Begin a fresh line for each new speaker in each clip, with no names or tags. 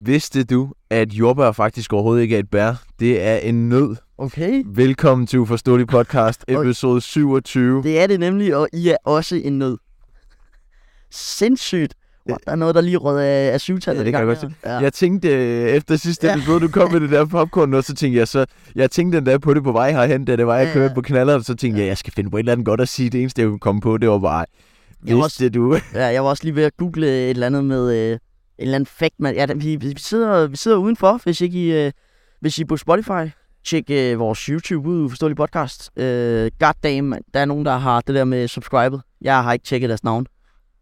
Vidste du, at jordbær faktisk overhovedet ikke er et bær? Det er en nød.
Okay.
Velkommen til Uforståelig Podcast,
Okay.
episode 27.
Det er det nemlig, og I er også en nød. Sindssygt. Wow, der er noget, der lige rød af, af syvtallet.
Ja, det kan
i gang
jeg godt
her. Ja.
Jeg tænkte øh, efter sidste
Ja.
episode, du kom med det der popcorn, og så tænkte jeg så, jeg tænkte den der på det på vej herhen, da det var, jeg
Ja,
kørte
ja.
på knalleren, så tænkte jeg, jeg skal finde på et eller andet godt at sige. Det eneste, jeg kunne komme på, det var bare,
Jeg var også-
vidste du?
Ja, jeg var også lige ved at google et eller andet med øh, en eller anden fact, man. Ja, da- vi, vi, sidder, vi sidder udenfor, hvis ikke I, øh, hvis I er på Spotify. Tjek øh, vores YouTube ud, uforståelig podcast. Øh, goddamn, mand. der er nogen, der har det der med subscribet. Jeg har ikke tjekket deres navn.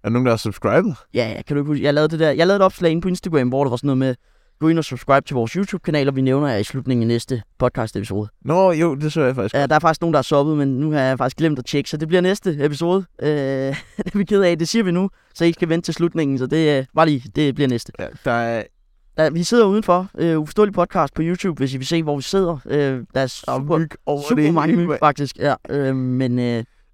Er der nogen, der har subscribet?
Ja, ja, kan du ikke huske? Jeg lavede, det der, jeg lavede et opslag inde på Instagram, hvor der var sådan noget med, gå ind og subscribe til vores YouTube-kanal, og vi nævner jer i slutningen af næste podcast-episode.
Nå, jo, det så jeg faktisk.
Ja, der er faktisk nogen, der er soppet, men nu har jeg faktisk glemt at tjekke, så det bliver næste episode. Øh, det er vi ked af, det siger vi nu, så I skal vente til slutningen, så det øh, var lige, det bliver næste.
Ja, der er,
Der, vi sidder udenfor, øh, uforståelig podcast på YouTube, hvis I vil se, hvor vi sidder. Øh, der er
der er
super,
myg over
super
det
mange
hele,
myg,
mand.
faktisk. Ja, øh, men øh,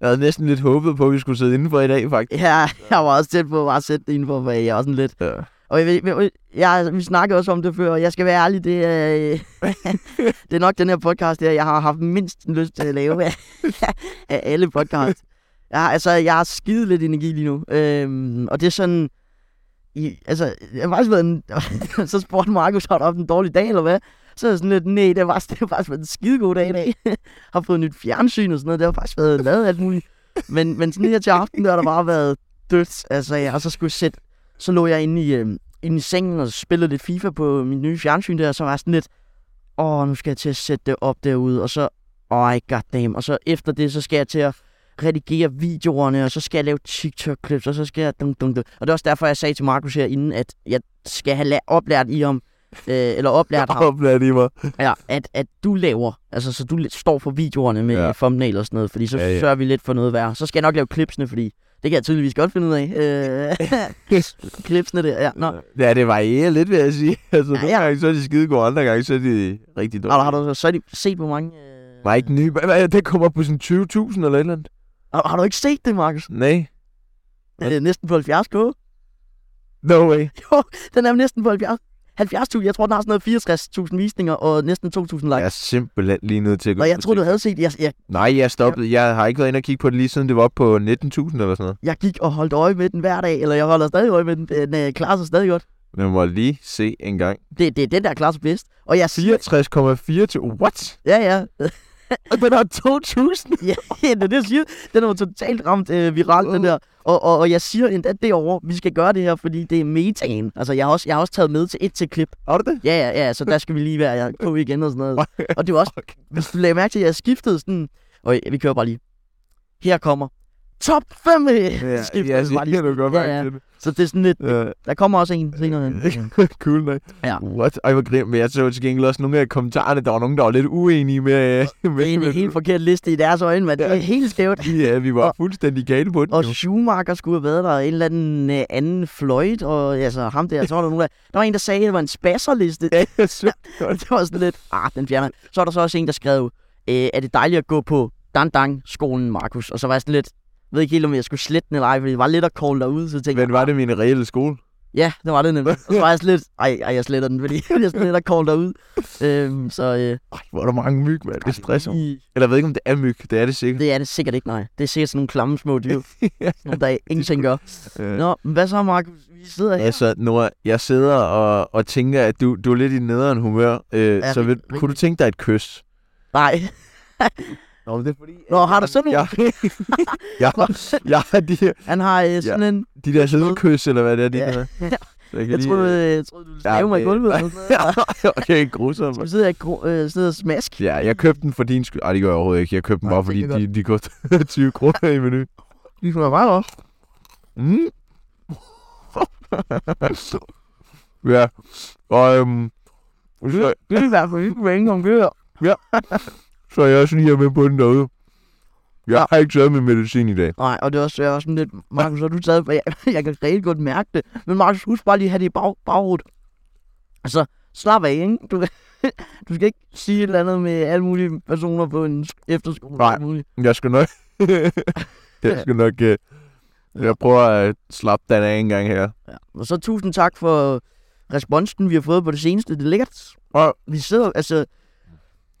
Jeg havde næsten lidt håbet på, at vi skulle sidde indenfor i dag, faktisk.
ja, jeg var også tæt på at bare sætte det indenfor, for jeg er også sådan lidt...
Ja.
Og jeg, ved- jeg, jeg, vi snakkede også om det før, og jeg skal være ærlig, det, er, øh, det er nok den her podcast her, jeg har haft mindst lyst til at lave af, af alle podcasts. Jeg, har- altså, jeg har skide lidt energi lige nu, øhm, og det er sådan, i, altså, jeg har faktisk været en, så spurgte Markus, har du haft en dårlig dag, eller hvad? Så er jeg sådan lidt, nej, det har faktisk, det har faktisk været en skide god dag i dag. har fået nyt fjernsyn og sådan noget, det har faktisk været lavet alt muligt. Men, men sådan her til aften, der har der bare været dødt, altså, jeg har så skulle sætte så lå jeg inde i, øh, inde i sengen og spillede lidt FIFA på min nye fjernsyn der, og så var jeg sådan lidt, åh, nu skal jeg til at sætte det op derude, og så, ej, goddamn, og så efter det, så skal jeg til at redigere videoerne, og så skal jeg lave TikTok-clips, og så skal jeg dum, dum, dum. Og det er også derfor, jeg sagde til Markus herinde, at jeg skal have la- oplært i om, øh, eller oplært ham,
Oplært i mig.
ja, at, at du laver, altså så du lidt står for videoerne med
Ja.
ja. thumbnail og sådan noget, fordi så
Ja,
ja,
ja.
ja. sørger vi lidt for noget værre. Så skal jeg nok lave klipsene, fordi det kan jeg tydeligvis godt finde ud af. Øh, klipsene der, ja. Nå.
Ja, det varierer lidt, vil jeg sige. Altså,
Ja,
nogle
ja.
gange så er de skide gode, andre gange så er de rigtig dårlige.
Har du, har du så de, set, hvor mange... Øh...
Var ikke ny. Hvad, hvad, den kommer på sådan 20.000 eller et eller andet.
Har, har du ikke set det, Markus?
Nej. Hvad?
Øh, næsten på 70k.
No way.
Jo, den er næsten på 70. 70.000. Jeg tror, den har sådan noget 64.000 visninger og næsten 2.000 likes.
Jeg er simpelthen lige nødt til at gå
og
ind
jeg
og
tror, du
tjekke.
havde set det. Jeg, jeg,
Nej, jeg stoppede. Jeg har ikke været inde og kigge på det lige siden det var oppe på 19.000 eller sådan noget.
jeg gik og holdt øje med den hver dag, eller jeg holder stadig øje med den. Den øh, klarer sig stadig godt.
Men må lige se en gang.
Det, det er den, der klarer sig bedst. Og jeg siger...
64,4 til... What?
Ja, ja.
Og den har 2.000?
Ja, det er det, jeg siger. Den var totalt ramt øh, viralt, den der. Og, og, og jeg siger endda derovre, vi skal gøre det her, fordi det er metaen. Altså, jeg har også, jeg har også taget med til et til klip.
Har du det?
Ja, ja, ja, så der skal vi lige være jeg på igen og sådan noget. Og det var også,
Fuck.
hvis du lagde mærke til, at jeg skiftede sådan... Og vi kører bare lige. Her kommer top 5
Ja,
ja,
ja,
skiftet. bare
det kan du
lige.
godt
Ja, ja.
være.
Så det er sådan lidt...
Ja.
Der kommer også en senere hen.
cool nok.
Ja.
What? Ej, hvor grimt. Men jeg så til gengæld også nogle af kommentarerne. Der var nogen, der var lidt uenige med... med,
Det er en helt forkert liste i deres øjne, men det er
Ja.
helt skævt.
Ja, vi var fuldstændig gale på den.
Og
jo.
Schumacher skulle have været der, en eller anden øh, anden fløjt, og altså ham der, så var der nogen der... Der var en, der sagde, at det var en spasserliste.
Ja, jeg så godt.
det var sådan lidt, ah, den fjerner. jeg." Så er der så også en, der skrev, øh, er det dejligt at gå på Dandang-skolen, Markus? Og så var jeg sådan lidt, ved ikke helt, om jeg skulle slette den eller ej, fordi det var lidt at call dig ud, så tænkte jeg,
Men var det min reelle skole?
ja, det var det nemlig. Og så var jeg sådan lidt, ej, ej jeg sletter den, fordi jeg sådan lidt at call dig ud. Øhm, så øh,
Ej, hvor er der mange myg, mand. Det er stress. Eller
i,
jeg ved ikke, om det er myg. Det er det sikkert.
det er det sikkert ikke, nej. Det er sikkert sådan nogle klamme små dyr,
Ja.
som der ingenting gør.
Øh,
Nå, men hvad så, Markus? Vi sidder her.
Altså, Nora, jeg sidder og, og tænker, at du, du er lidt i nederen humør. Øh,
Ja,
så vil,
rigtig.
kunne du tænke dig et kys?
Nej.
Nå, men det er fordi...
Nå, har du sådan en?
Jeg, jeg, har- jeg har de, her-
Han har øh, sådan en...
de der sædekys, eller hvad det er, de
Ja.
der. Så kan
Jeg
lige-
troede, øh, jeg troede du ville
Ja,
stave mig i
det-
gulvet. eller sådan noget.
okay, grusomt.
Så sidder jeg gro- øh, sidder og smask.
Ja, jeg købte den for din skyld. Ej, det gør jeg overhovedet ikke. Jeg købte den
Nej,
bare,
det
fordi
kan
de, de koster 20 kroner i menu.
De smager meget godt.
Mm. ja, og øhm, så,
Det er i hvert fald ikke mange om det her.
så er jeg også lige her med på den derude. Jeg har ikke taget min medicin i dag.
Nej, og det er også, jeg er også sådan lidt, Markus, har du taget, for jeg, jeg kan rigtig godt mærke det. Men Markus, husk bare lige at have det i bag, baghovedet. Altså, slap af, ikke? Du, du skal ikke sige et eller andet med alle mulige personer på en efterskole.
Nej.
alt Muligt.
Jeg skal nok... jeg skal nok... Øh, jeg prøver at slappe den af en gang her.
Ja. Og så tusind tak for responsen, vi har fået på det seneste, det er lækkert.
Ja.
Vi sidder, altså...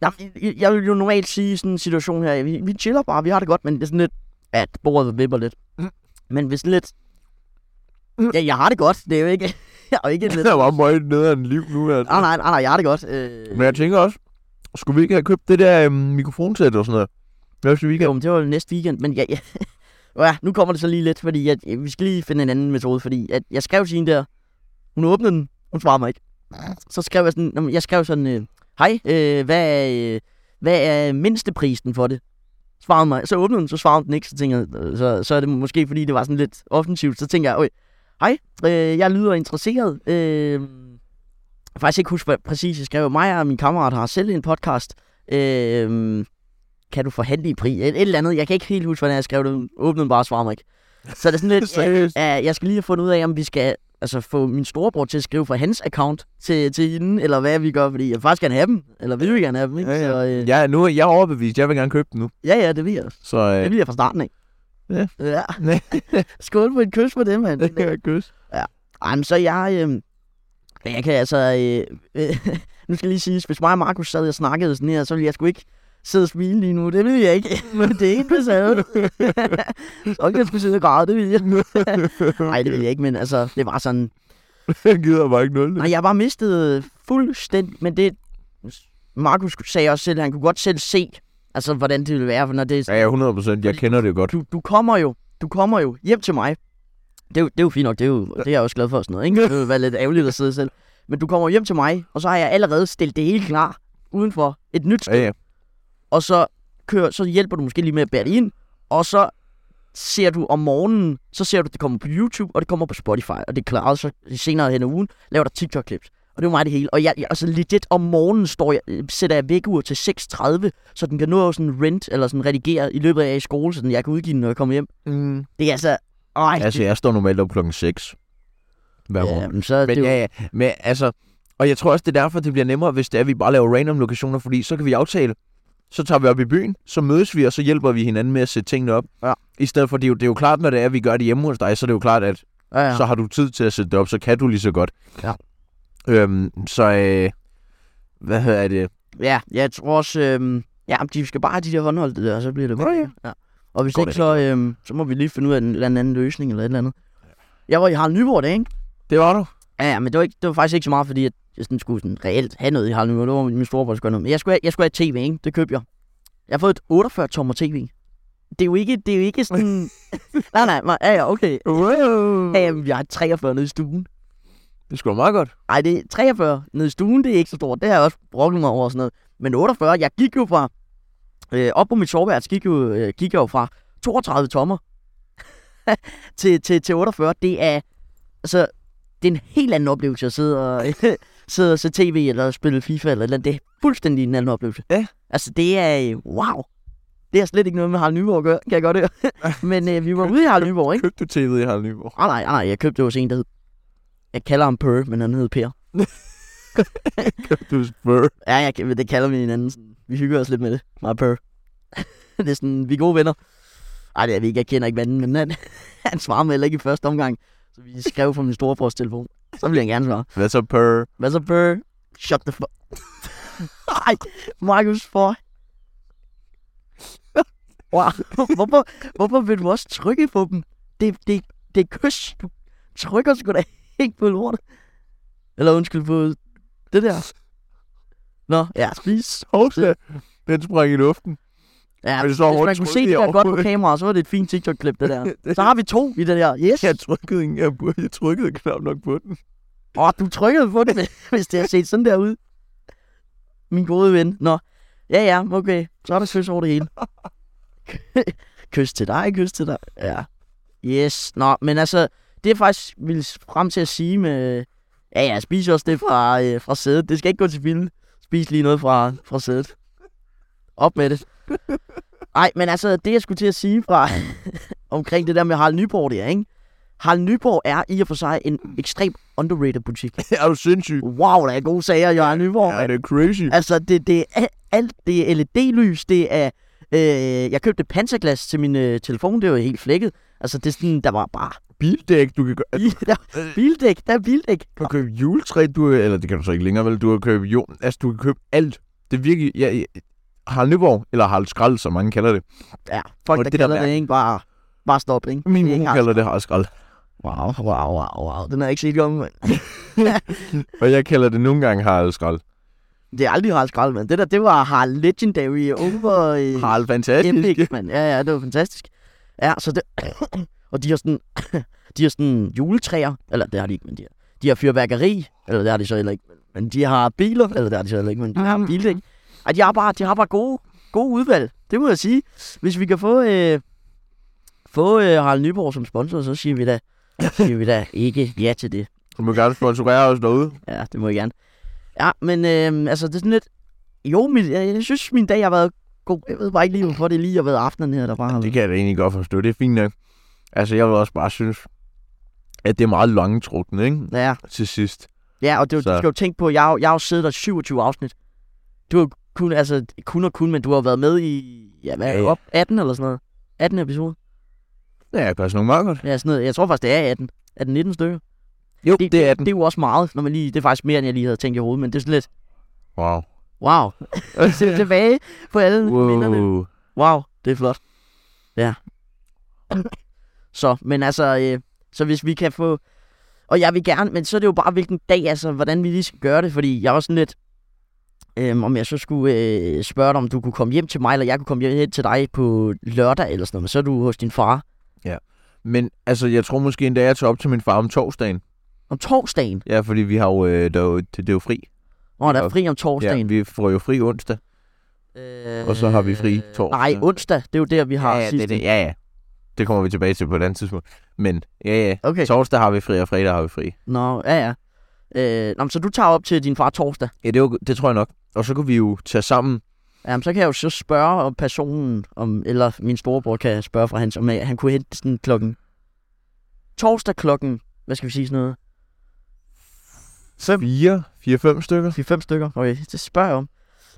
Jeg, jeg- jeg vil jo normalt sige i sådan en situation her, vi, vi chiller bare, vi har det godt, men det er sådan lidt, at bordet vipper lidt.
Mm.
Men hvis lidt...
Mm.
Ja, jeg har det godt, det er jo ikke... Jeg er jo ikke lidt...
Det er bare meget nederen liv nu. Altså.
Nej, ah, nej, nej, nej, jeg har det godt. Øh,
Men jeg tænker også, skulle vi ikke have købt det der øhm, mikrofonsæt og sådan noget? Hvad synes vi ikke?
Jo, men det var jo næste weekend, men ja, ja. ja nu kommer det så lige lidt, fordi at, øh, vi skal lige finde en anden metode, fordi at jeg skrev til hende der, hun åbnede den, hun svarer mig ikke. Så skrev jeg sådan, nå, men jeg skrev sådan, øh, hej, øh, hvad, er, øh, hvad er mindsteprisen for det? Svarede hun mig, så åbnede hun, så svarede hun den ikke, så tænkte jeg, øh, så, så er det måske fordi, det var sådan lidt offensivt, så tænkte jeg, øh, hej, øh, jeg lyder interesseret, øh, jeg kan faktisk ikke huske hvad præcis, jeg skrev, mig og min kammerat har selv en podcast, øh, kan du forhandle i pris? Et, et eller andet. Jeg kan ikke helt huske, hvordan jeg skrev det. Åbnede den bare og svarede mig ikke. Så det er sådan lidt...
Seriøst?
ja, jeg skal lige have fundet ud af, om vi skal altså, få min storebror til at skrive fra hans account til, til hende, eller hvad vi gør, fordi jeg vil faktisk gerne have dem, eller vil vi gerne have dem, ikke?
Ja, ja.
Så, øh,
Ja, nu er jeg overbevist. Jeg vil gerne købe den nu.
ja, ja, det vil jeg.
Så øh,
Det vil jeg fra starten af.
Ja.
ja.
Nej.
Skål på et kys på det, mand.
det kan jeg kys.
Ej, men så jeg... Øh, jeg kan altså... Øh, øh, nu skal jeg lige sige, hvis mig og Markus sad og snakkede sådan her, så ville jeg sgu ikke sidde og smile lige nu. Det ville jeg ikke. det er ikke besaget. så ikke jeg skulle sidde og græde, det ville jeg. Nej, det ville jeg ikke, men altså, det var sådan...
Jeg gider bare ikke nul.
Nej, jeg var mistet fuldstændig, men det... Markus sagde også selv, at han kunne godt selv se, altså, hvordan det ville være, for når det er
Ja, ja, 100 procent. Jeg kender det jo godt.
du, du kommer jo, du kommer jo hjem til mig. Det er, jo, det er jo fint nok, det er, jo, det er jeg også glad for og sådan noget, ikke? Det ville være lidt ærgerligt at sidde selv. Men du kommer hjem til mig, og så har jeg allerede stillet det hele klar udenfor et nyt sted.
Ja, ja.
Og så, kører, så hjælper du måske lige med at bære det ind, og så ser du om morgenen, så ser du, at det kommer på YouTube, og det kommer på Spotify, og det er klaret så senere hen ad ugen, laver der TikTok-klips. Og det er jo mig det hele. Og jeg, jeg altså legit om morgenen står jeg, øh, sætter jeg vækkeur til 6.30, så den kan nå at sådan rent, eller sådan redigere i løbet af i skole, så den jeg kan udgive den, når jeg kommer hjem.
Mm.
Det er altså... Ej,
Altså, jeg står normalt op klokken 6. Hver
det,
morgen.
ja, øh, men så er det
Men
jo...
ja, ja. Men altså, og jeg tror også, det er derfor, det bliver nemmere, hvis det er, at vi bare laver random lokationer, fordi så kan vi aftale, så tager vi op i byen, så mødes vi, og så hjælper vi hinanden med at sætte tingene op.
Ja.
I stedet for, det er, jo, det er jo klart, når det er, at vi gør det hjemme hos dig, så er det jo klart, at
Ja, ja.
ja. så har du tid til at sætte det op, så kan du lige så godt.
Ja.
Øhm, så, øh, hvad hedder det?
Ja, jeg tror også, øhm, ja, men de skal bare have de der håndholdte der, og så bliver det
Nå ja.
ja. Og hvis
Går
ikke,
det
så, øhm, så må vi lige finde ud af en eller anden anden løsning eller et eller andet. Jeg var i Harald Nyborg, det, ikke?
Det var du.
Ja, ja, men det var, ikke, det var faktisk ikke så meget, fordi at jeg sådan skulle sådan reelt have noget i Harald Nyborg. Det var min storebror, der skulle have noget. Men jeg skulle, have, jeg skulle have et tv, ikke? Det købte jeg. Jeg har fået et 48-tommer tv. Det er jo ikke, det er jo ikke sådan... nej, nej, nej, ja, ja, okay.
Wow.
Ja, jamen, jeg har 43 nede i stuen.
Det skulle meget godt.
Ej, det er 43 nede i stuen, det er ikke så stort. Det har jeg også brokket mig over og sådan noget. Men 48, jeg gik jo fra... Øh, op på mit soveværelse gik, jo, øh, gik jeg jo fra 32 tommer til, til, til 48. Det er... Altså, det er en helt anden oplevelse at sidde og, sidde og se tv eller spille FIFA eller et eller andet. Det er fuldstændig en anden oplevelse.
Ja.
Altså, det er... øh, Wow! Det har slet ikke noget med Harald Nyborg at gøre, kan jeg godt høre. Men øh, vi var ude i Harald Nyborg, ikke?
Købte du tv'et i Harald Nyborg?
Ah, nej, ah, nej, jeg købte det hos en, der hed... Jeg kalder ham Per, men han hed Per.
Købte du spør?
Ja, jeg, kan- det kalder vi hinanden. sådan. Vi hygger os lidt med det. Meget pør. det er sådan, vi er gode venner. Ej, det er vi ikke. Jeg kender ikke manden, men han, han svarer mig heller ikke i første omgang. Så vi skrev på min storebrors telefon. Så ville han gerne svare.
Hvad så per?
Hvad så, pør? Shut the fuck. Ej, Markus, for... Wow. Hvorfor, hvorfor vil du også trykke på dem? Det, det, det er kys. Du trykker sgu da ikke på lortet. Eller undskyld på det der. Nå, ja, spis.
Hovsa. Den sprang i luften.
Ja,
Men det
hvis
står hårdt
man kunne se
trykket
det der godt på
herovre.
kamera, så var det et fint TikTok-klip, det der. Så har vi to i det der. Yes.
Jeg trykkede, ikke- jeg, burde- jeg trykkede knap nok på den.
Åh, du trykkede på det, hvis det har set sådan der ud. Min gode ven. Nå. Ja, ja, okay. Så er der søs over det hele. kys til dig, kys til dig. Ja. Yes. Nå, men altså, det er faktisk vil frem til at sige med... Ja, ja, spis også det fra, øh, fra sædet. Det skal ikke gå til vilde. Spis lige noget fra, fra sædet. Op med det. Nej, men altså, det jeg skulle til at sige fra omkring det der med Harald Nyborg der, ikke? Harald Nyborg er i og for sig en ekstremt underrated butik.
er du sindssyg?
Wow, der er gode sager, Jørgen Nyborg.
Ja,
Ja,
det er crazy.
altså, det, det er alt. Det er LED-lys, det er... Øh, jeg købte panserglas til min øh, telefon, det var helt flækket. Altså, det er sådan, der var bare...
bildæk, du kan, gø-
Der
øh.
er bildæk, der er bildæk.
du kan købe juletræ, du, eller det kan du så ikke længere, vel? Du kan købe jo, altså du kan købe alt. Det er virkelig, ja, ja, Harald Nyborg, eller Harald Skrald, som mange kalder det.
Ja,
Og
folk, der
det der
kalder det
mærke-
ikke bare, bare stop, ikke?
Min
Det er ikke
mor
hardstop.
kalder det Harald Skrald,
Wow, wow, wow, wow. Den har jeg ikke set i omvendt.
og jeg kalder det nogle gange Harald Skrald.
Det er aldrig Harald Skrald, mand. Det der, det var Harald Legendary over øh,
Harald Fantastisk.
Epic, mand. Ja, ja, det var fantastisk. Ja, så det... og de har sådan... de har sådan juletræer. Eller det har de ikke, men de har, de har fyrværkeri. Eller det har de så heller ikke. Men de har biler. Eller det har de så heller ikke, men de har biler, ikke? Ej, de har bare, de har bare gode, gode udvalg. Det må jeg sige. Hvis vi kan få... Øh, få øh, Harald Nyborg som sponsor, så siger vi da, siger vi da ikke ja til det.
Du må gerne sponsorere os derude.
Ja, det må jeg gerne. Ja, men øh, altså, det er sådan lidt... Jo, min, jeg, jeg synes, min dag har været god. Jeg ved bare ikke lige, hvorfor det lige har været aftenen her, der bare har
Det
været.
kan jeg da egentlig godt forstå. Det er fint nok. Altså, jeg vil også bare synes, at det er meget langtrukne, ikke?
Ja,
Til sidst.
ja og det, er jo-
Så-
du skal jo tænke på, jeg, har jo- jeg har jo siddet der 27 afsnit. Du har jo kun, altså, kun og kun, men du har været med i, ja, hvad,
Ja, ja.
op 18 eller sådan noget. 18 episoder.
Ja, jeg gør sådan nogle meget godt.
Ja, sådan noget. Jeg tror faktisk, det er 18. 18-19 stykker.
Jo,
Det-
det, det er
Det
den.
er jo også meget, når man lige, det er faktisk mere, end jeg lige havde tænkt i hovedet, men det er sådan lidt,
Wow.
wow, Se tilbage på alle minderne.
wow.
Wow, det er flot. Ja. så, men altså, øh, så hvis vi kan få... Og jeg vil gerne, men så er det jo bare, hvilken dag, altså, hvordan vi lige skal gøre det, fordi jeg var sådan lidt... Øhm, om jeg så skulle øh, spørge dig, om du kunne komme hjem til mig, eller jeg kunne komme hjem til dig på lørdag eller sådan noget, men så er du hos din far
Men altså, jeg tror måske endda, jeg tager op til min far om torsdagen.
om torsdagen.
Ja, fordi vi har jo, øh, der er jo det, det er jo fri.
Åh, oh, der er
Og-
fri om
Ja,
torsdagen.
vi får jo fri onsdag.
Ja.
og så har vi fri torsdag.
Øh, Nej, onsdag, det er jo der, vi har
ja, ja, det,
sidste.
det, ja, ja. Det kommer vi tilbage til på et andet tidspunkt. Men ja, ja.
Okay,
Torsdag har vi fri, og fredag har vi fri.
nå, ja, ja. Øh, nå, men så du tager op til din far torsdag.
Ja, det, var, det tror jeg nok. Og så kunne vi jo tage sammen.
Jamen, så kan jeg jo så spørge om personen, om, eller min storebror kan spørge fra hans, om øh, han kunne hente sådan klokken, torsdag klokken, hvad skal vi sige sådan noget,
4, 4-5 stykker.
4-5 stykker, okay, det spørger jeg om.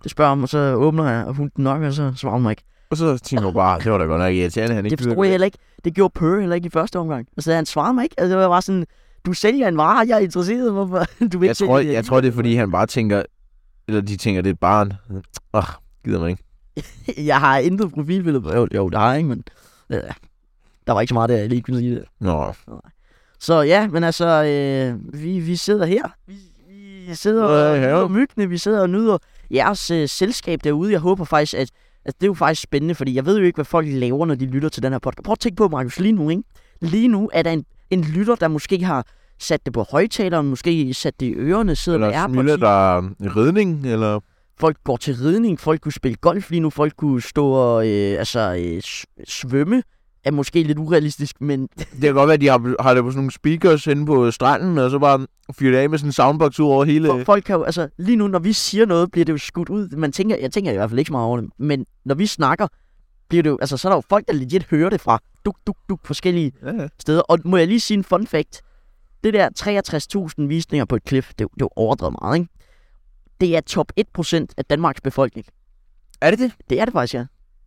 Det spørger jeg om, og så åbner jeg, og hun den nok, og så svarer hun mig ikke.
Og så tænker jeg bare, "Ah, det var da godt nok irriterende, han ikke
Det
gider
forstod jeg heller ikke. Det gjorde Pø heller ikke i første omgang. Altså, han svarer mig ikke. Altså, det var bare sådan, du sælger en vare, jeg er interesseret, hvorfor du vil
jeg
ikke
tror,
sælge det?
jeg tror, det er, fordi han bare tænker, eller de tænker, det er et barn. Åh, gider man ikke.
Jeg har intet profilbillede. Jo, jo, det har jeg ikke, men øh, der var ikke så meget, der jeg lige kunne sige det.
Nå,
Så ja, men altså, øh, vi, vi sidder her. Vi, vi sidder og
Øh, ja.
nyder myggene, vi sidder og nyder jeres øh, selskab derude. Jeg håber faktisk, at, at det er jo faktisk spændende, fordi jeg ved jo ikke, hvad folk laver, når de lytter til den her podcast. Prøv at tænke på, Markus, lige nu, ikke? Lige nu er der en, en lytter, der måske har sat det på højtaleren, måske sat det i ørerne, sidder med
eller smiler
AirPods. i.
der øh, ridning, eller...
Folk går til ridning, folk kunne spille golf lige nu, folk kunne stå og øh, altså, øh, s- svømme. Er måske lidt urealistisk, men
Det kan godt være, at de har, har det på sådan nogle speakers inde på stranden, og så bare fyrer det af med sådan en soundbox ud over hele...
For, folk kan jo, altså lige nu, når vi siger noget, bliver det jo skudt ud. Man tænker, jeg tænker i hvert fald ikke så meget over det, men når vi snakker, bliver det jo, altså så er der jo folk, der legit hører det fra duk, duk, duk forskellige
Ja.
steder. Og må jeg lige sige en fun fact? Det der 63.000 visninger på et klip, det, er jo- det er jo overdrevet meget, ikke? Det er top 1% af Danmarks befolkning.
Er det det?
Det er det faktisk, ja.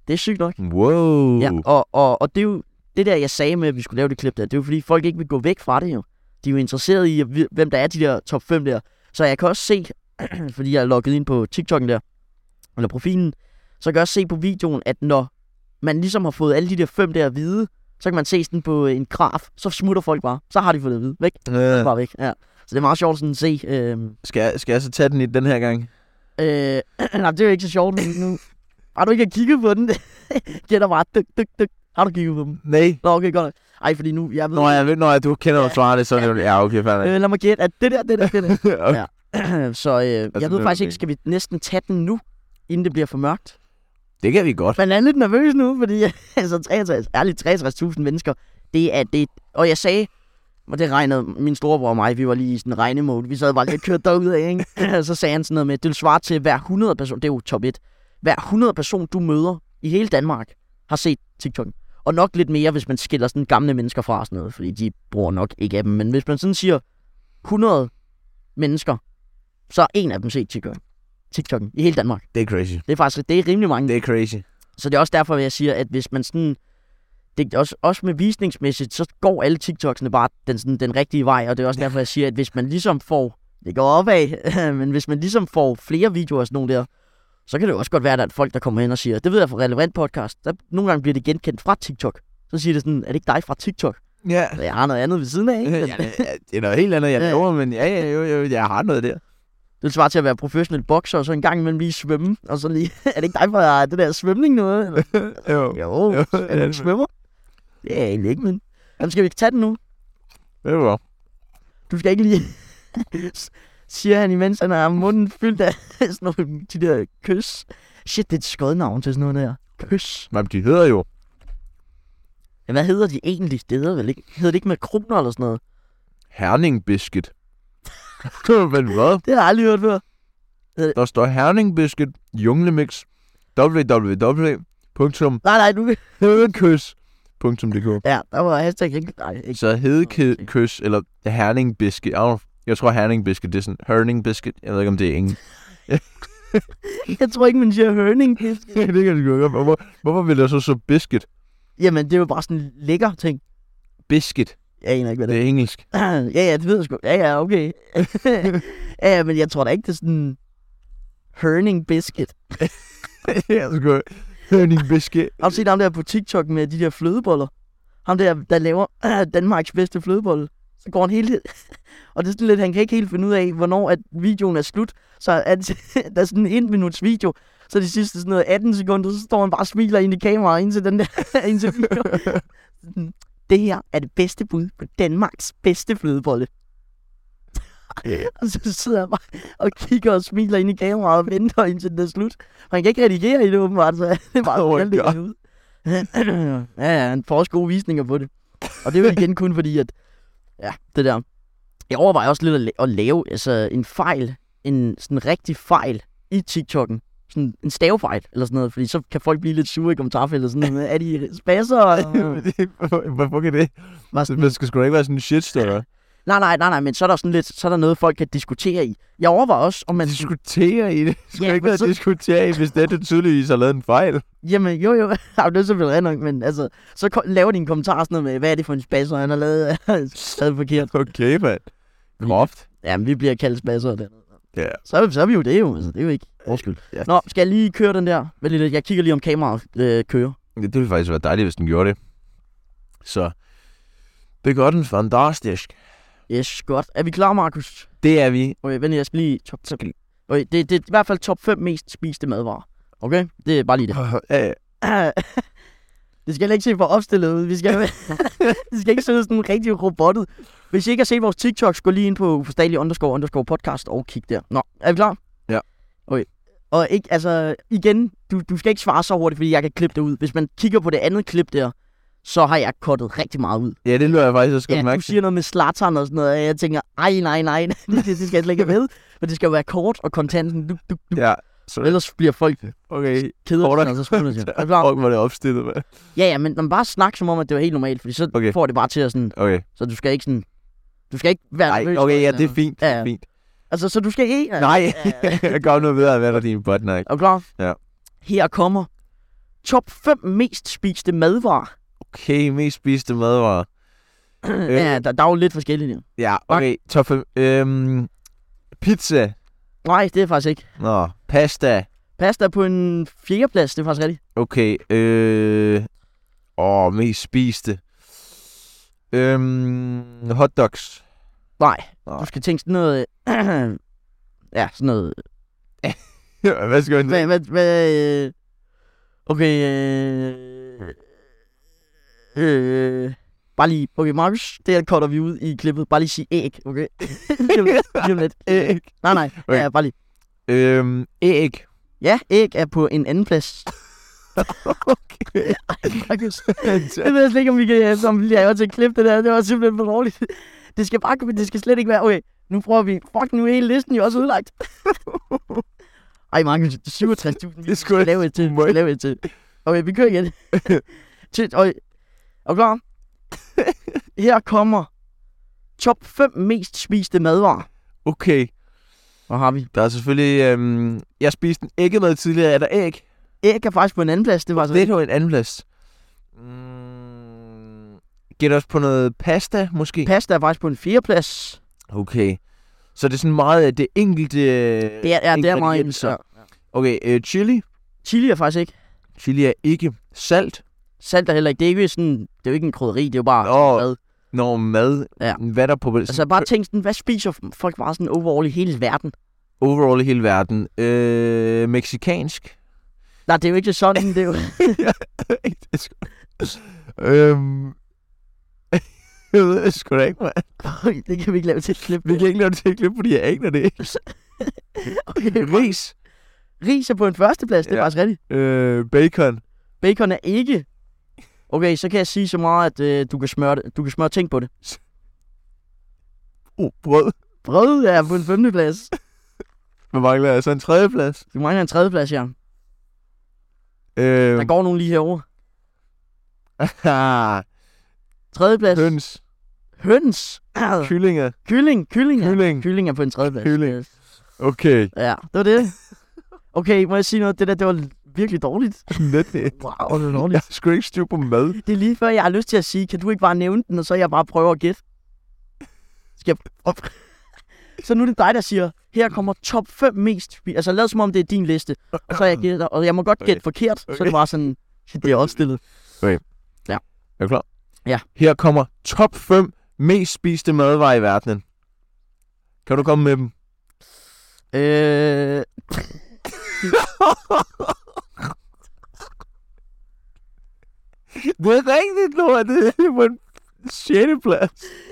Det er sygt nok.
Wow.
Ja, og, og, og det er jo det der, jeg sagde med, at vi skulle lave det klip der, det er jo fordi, folk ikke vil gå væk fra det jo. De er jo interesserede i, at vi- hvem der er de der top 5 der. Så jeg kan også se, fordi jeg er logget ind på TikTok'en der, eller profilen, så kan jeg også se på videoen, at når man ligesom har fået alle de der fem der at vide, så kan man se sådan på øh, en graf, så smutter folk bare. Så har de fået det at vide. Væk,
Ja.
bare væk. Ja. Så det er meget sjovt sådan at se. Øhm,
Skal, jeg- skal jeg så tage den i den her gang?
Øh, nej, det er jo ikke så sjovt lige nu. Har du ikke kigget på den? Gætter bare. Dyk, dyk, dyk. Har du kigget på dem?
Nej.
Nå, okay, godt. nok. Ej, fordi nu, jeg ved...
Nå, jeg ved, når jeg, du kender ja. svaret, så er det jo- ja, okay, fandme.
øh, lad mig gætte, at det der, det der, det der.
okay.
Ja. så øh, jeg ved
Altså, det er okay.
faktisk ikke, skal vi næsten tage den nu, inden det bliver for mørkt?
Det kan vi godt.
Man er lidt nervøs nu, fordi altså 63, ærligt, 63.000 mennesker, det er det. Og jeg sagde, og det regnede min storebror og mig, vi var lige i sådan en regnemode. Vi sad bare lige og kørte derud af, ikke? så sagde han sådan noget med, det vil svare til hver 100 person, det er jo top 1, hver 100 person, du møder i hele Danmark, har set TikTok. Og nok lidt mere, hvis man skiller sådan gamle mennesker fra og sådan noget, fordi de bruger nok ikke af dem. Men hvis man sådan siger 100 mennesker, så er en af dem set TikTok. TikTok i hele Danmark.
Det er crazy.
Det er faktisk det er rimelig mange.
Det er crazy.
Så det er også derfor, jeg siger, at hvis man sådan... det, også, også med visningsmæssigt, så går alle TikToksene bare den, sådan, den rigtige vej, og det er også derfor, jeg siger, at hvis man ligesom får, det går opad, men hvis man ligesom får flere videoer og sådan nogle der, så kan det jo også godt være, at der er folk, der kommer hen og siger, det ved jeg fra relevant podcast, der, nogle gange bliver det genkendt fra TikTok. Så siger det sådan, er det ikke dig fra TikTok?
Ja.
Så jeg har noget andet ved siden af, ikke?
ja,
Men-
det- det er noget helt andet, jeg
Ja.
laver, men ja, ja, jo, jo, jeg har noget der.
Det svarer til at være professionel bokser, og så en gang imellem lige svømme, og så lige, er det ikke dig for det der svømning noget? Eller?
Jo. Jo,
Jo,
det er
er du
det.
ikke svømmer? Det er jeg egentlig ikke, men... Jamen, skal vi ikke tage den nu?
Ved du hvad?
Du skal ikke lige... S- siger han, imens han har munden fyldt af sådan nogle, de der kys. Shit, det er et skodnavn til sådan noget der. Kys.
Men de hedder jo.
Ja, hvad hedder de egentlig? Det hedder vel ikke... Hedder det ikke makroner eller sådan noget?
Herningbisket. Men hvad?
Det har jeg aldrig hørt før.
Der står Herningbisket, Junglemix, www.kys.dk.
Nej, nej, du...
hedekys.dk.
Ja, der var hashtag ikke... Nej, ikke...
Så hedekys, eller Herningbisket. Jeg, jeg tror Herningbisket, det er sådan Herningbisket. Jeg ved ikke, om det er engelsk.
Jeg tror ikke, man siger hørning.
det kan du godt. Hvorfor, hvorfor vil der så så bisket?
Jamen, det er jo bare sådan en lækker ting.
Bisket,
Jeg aner ikke, hvad det er.
det er engelsk.
ja, ja, det ved jeg sgu. Ja, ja, okay. ja, ja, men jeg tror da ikke, det er sådan... Herning biscuit.
ja, så går Herningbisket.
Har du set ham der på TikTok med de der flødeboller? Ham der, der laver Danmarks bedste flødebolle. Så går han helt... Og det er sådan lidt, han kan ikke helt finde ud af, hvornår at videoen er slut. Så er det, der er sådan en minuts video. Så de sidste sådan noget 18 sekunder, så står han bare og smiler ind i kameraet indtil den der indtil videoen. Sådan, Det her er det bedste bud på Danmarks bedste flødebolle. Og så sidder han bare og kigger og smiler ind i kameraet og venter indtil den er slut. Og han kan ikke redigere i det åbenbart, så det er bare,
Oh my
hvordan
God.
lægger det ud. ja, ja, han får også gode visninger på det. Og det er jo igen kun fordi, at ja, det der. Jeg overvejer også lidt at, la- at lave altså, en fejl, en sådan rigtig fejl i TikToken. Sådan en stavefejl eller sådan noget, fordi så kan folk blive lidt sure i kommentarfeltet. Sådan, noget med, er de spasser? Og...
Hvor- Hvorfor kan det?
Bare
Så Altså, Man skal sgu da ikke være sådan en shitstormer.
Nej, nej, nej, nej, men så er der sådan lidt, så er der noget, folk kan diskutere i. Jeg overvejer også, om man...
Man diskuterer i det. Det skal
Ja,
ja, ikke
men
være
så-
så... diskutere i, hvis det, er, du tydeligvis har lavet en fejl.
Jamen, jo, jo, jamen, det er selvfølgelig rent nok, men altså, så ko- laver din kommentar sådan noget med, hvad er det for en spasser, han har lavet, lavet forkert.
Okay, mand. Groft.
Jamen, vi bliver kaldt spasser dernede.
Ja.
Så, er vi- så er vi jo det jo, altså, det er jo ikke vores skyld.
Ja.
Nå, skal jeg lige køre den der? Vent lige lidt, jeg kigger lige om kameraet øh, kører.
Det ville faktisk være dejligt, hvis den gjorde det. Så det gør den fantastisk.
Yes, godt. Er vi klar, Markus?
Det er vi.
Okay, vent lige, jeg skal lige top 5. Okay, det, det er i hvert fald top 5 mest spiste madvarer. Okay, det er bare lige det.
Ja,
det skal heller ikke se for opstillet ud. Vi skal, det skal ikke se ud sådan rigtig robottet. Hvis I ikke har set vores TikTok, gå lige ind på uforståelig underscore underscore podcast og kig der. Nå, er vi klar?
Ja.
Okay. Og ikke, altså, igen, du, du skal ikke svare så hurtigt, fordi jeg kan klippe det ud. Hvis man kigger på det andet klip der, så har jeg kottet rigtig meget ud.
ja det løber jeg faktisk også godt
Ja, du
mærke. til.
siger noget med Zlatan og sådan noget, og jeg tænker, ej, nej, nej, det, det skal jeg slet ikke have med. Men det skal jo være kort og kontanten. Du, du, du.
Ja, så
Ellers bliver folk
okay.
kede af
Kort og
det, og så skulle man sige, er du klar?
Fuck, var det opstillet, mand.
Ja, ja, men man bare snak som om, at det var helt normalt, fordi så okay.
Okay.
får det bare til at sådan,
Okay.
så du skal ikke sådan, du skal ikke være
Nej,
nervøs
okay,
for
ja,
sådan
det er
noget.
fint.
Ja, ja.
fint.
Altså, så du skal ikke...
Nej,
Ja.
jeg går nu videre, hvad der er din butt, nej.
Er du klar?
Ja.
Her kommer top 5 mest spiste madvarer.
Okay, mest spiste madvarer.
Øh. Ja, der, der er jo lidt forskellige. der.
Ja, okay. Top 5. Øhm, pizza.
Nej, det er faktisk ikke.
Nå, pasta.
Pasta på en fjerdeplads, det er faktisk rigtigt.
Okay, øh... Åh, mest spiste. Øhm, hotdogs.
Nej,
Nej.
du skal tænke sådan noget... øh, ja, sådan noget...
Hvad skal man
Hvad, hvad, hvad... øh, Okay, øh... Øh... Bare lige... Okay, Markus, det her cutter vi ud i klippet. Bare lige sige æg, okay? lige om lidt. Lige om lidt.
Æg.
Nej, nej. Okay.
Okay.
Ja, bare lige.
Øhm, æg.
Ja, æg er på en anden plads.
Okay.
Markus, det ved jeg slet ikke, om vi kan... Som lige har til at klippe det der. Det var simpelthen for dårligt. Det skal bare... Det skal slet ikke være... Okay, nu prøver vi... Fuck, nu er hele listen jo også udlagt. Ej, Markus, 67.000. Vi
Det skulle
skal lave et til. Vi skal
møg.
lave et til. Okay, vi kører igen. til, okay. Er du klar? Her kommer top 5 mest spiste madvarer.
okay,
Hvor har vi?
der er selvfølgelig... Øhm, jeg spiste en æggemad tidligere. Er der æg?
altså Æg er faktisk på en anden plads. Det var så
Lidt på en anden plads. Mm, Gæt os på noget pasta, måske?
Pasta er faktisk på en fjerdeplads.
Okay. Så det er sådan meget øh, det enkelte... øh,
Det er, ja, det er meget
ingredienser.
ja.
Okay, øh, chili.
Chili er faktisk ikke.
Chili er ikke salt.
Salt er heller ikke. Det er, ikke sådan, det er jo ikke en krydderi, det er jo bare
Nå.
mad.
Når mad,
Ja.
hvad der på...
Altså bare tænk sådan, hvad spiser folk bare sådan overall i hele verden?
Overall i hele verden. Øh, meksikansk.
Nej, det er jo ikke sådan, det er jo...
øhm... jeg ved det sgu da ikke, man.
det kan vi ikke lave til et klip.
Vi kan ikke lave det til et klip, fordi jeg aner det ikke.
Okay.
Ris.
Ris er på en førsteplads, det er
Ja.
ja. faktisk rigtigt.
Øh, bacon.
Bacon er ikke. Okay, så kan jeg sige så meget, at øh, du, kan smøre, det- du kan smøre ting på det.
Oh, brød.
Brød er på en femteplads.
Hvad mangler jeg så? En tredjeplads?
Du mangler en tredjeplads, ja.
Øh,
Der går nogen lige herovre. Tredjeplads.
Ah, høns.
Høns.
Kyllinger.
Kylling. Kylling. er-
Kylling.
Kylling er på en tredjeplads.
Kylling. Okay.
Ja, det var det. Okay, må jeg sige noget? Det der, det var virkelig dårligt.
Net.
Wow, det var dårligt.
Jeg har sgu ikke styr på mad.
Det er lige før, jeg har lyst til at sige, kan du ikke bare nævne den, og så jeg bare prøver at gætte? Skal jeg... Op. Så nu er det dig, der siger, her kommer top 5 mest... spi- Altså lad som om det er din liste, og så jeg gætter, og jeg må godt gætte
Okay.
forkert, så er
Okay.
det bare sådan, shit, det er også stillet.
Er du klar?
Ja.
Her kommer top 5 mest spiste madvarer i verdenen. Kan du komme med dem?
Øh...
Det er rigtigt, Nora. Det er på en 6. plads.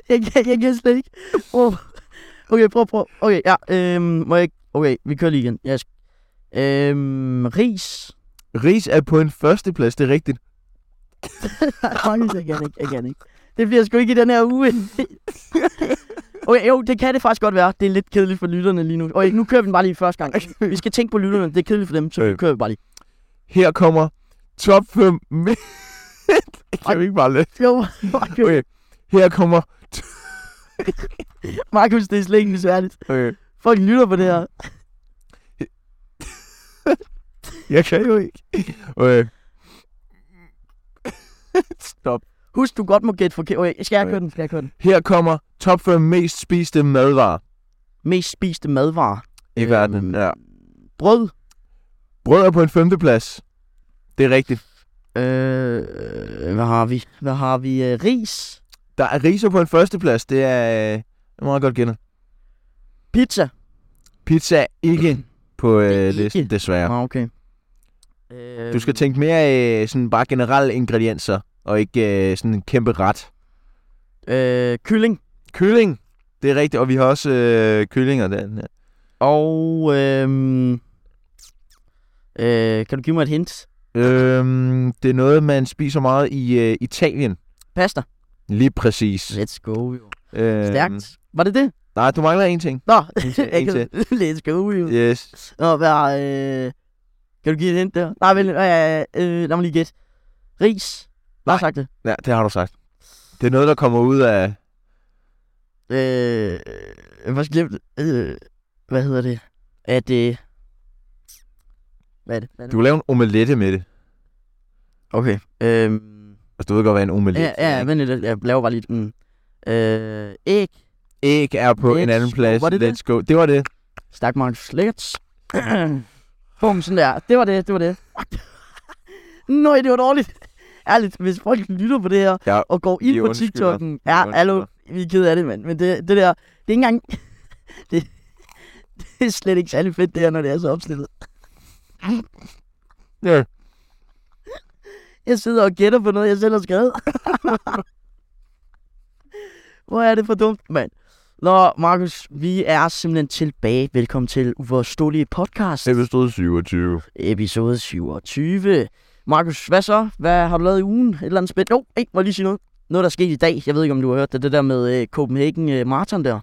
Jeg, kan, jeg kan slet ikke. Prøv. Okay, prøv, prøv. Okay, ja, øhm, må jeg ikke... Okay, vi kører lige igen. Jeg skal... Øhm, ris.
Ris er på en første plads, det er rigtigt.
Magnus, jeg kan ikke, jeg kan ikke. Det bliver sgu ikke i den her uge. okay, jo, det kan det faktisk godt være. Det er lidt kedeligt for lytterne lige nu. Okay, nu kører vi den bare lige første gang. Vi skal tænke på lytterne. Det er kedeligt for dem, så
Okay.
kører vi bare lige.
Her kommer top 5 mest... kan vi ikke bare lade?
Jo, Markus,
Okay. Her kommer...
Markus det er slet ikke besværligt.
Okay.
Folk lytter på det her.
Jeg kan jo ikke. Øh, Okay. Stop.
Husk, du godt må gætte forkert. Okay, skal jeg
Okay.
køre den? Skal jeg køre den?
Her kommer top 5 mest spiste madvarer
Mest spiste madvarer.
i
Øhm.
verden. Ja.
Brød.
Brød er på en femte plads. Det er rigtigt.
Øh, hvad har vi? Hvad har vi? Øh, ris.
Der er riser på en førsteplads. Det er øh, det er meget godt gættet.
Pizza.
Pizza er ikke på øh,
Det er
ikke. Øhm.
ikke.
listen, desværre.
Ah, okay. Øh,
Du skal tænke mere øh, sådan bare generelle ingredienser, og ikke øh, sådan en kæmpe ret.
Øh, kylling.
Kylling, det er rigtigt, og vi har også øh, kyllinger der. Ja.
Og øhm, øh, kan du give mig et hint?
Øhm, det er noget, man spiser meget i øh, Italien.
Pasta.
Lige præcis.
Let's go, jo.
Øhm,
Stærkt. Var det det?
Nej, du mangler en ting.
Nå,
til,
jeg
en
kan- let's go, jo.
Yes.
Nå, hvad er, øh, kan du give et hint der? Nej, vel, øh, øh, lad mig lige gætte. Ris. Hvad har
Nej.
sagt det?
Ja, det har du sagt. Det er noget, der kommer ud af...
Øh, jeg har glemt, øh, hvad hedder det? Er det... Hvad er det? Hvad er det?
Du kan lave en omelette med det.
Okay. Øhm,
Altså, du ved godt, hvad en omelette
ja, ja, vent lidt. Jeg laver bare lige den. Øh, æg.
Æg er på Let's en
Let's
anden
go.
plads.
Var det det?
Let's go. Det var det.
Stak Marcus Let's. Bum, sådan der. Det var det, det var det. Nøj, det var dårligt. Ærligt, hvis folk lytter på det her
Ja,
og går ind
de
på
undskylder.
TikTok'en. Ja,
undskylder.
hallo, vi er ked af det, mand. Men det, det der, det er ikke engang... det, det er slet ikke særlig fedt, det her, når det er så opstillet.
Ja.
Jeg sidder og gætter på noget, jeg selv har skrevet. Hvor er det for dumt, mand. Nå, Markus, vi er simpelthen tilbage. Velkommen til uforståelige podcast.
Episode 27.
episode 27. Markus, hvad så? Hvad har du lavet i ugen? Et eller andet spændt? Jo, hey, må jeg lige sige noget. Noget, der er sket i dag. Jeg ved ikke, om du har hørt det, det der med øh, Copenhagen øh, Marathon der.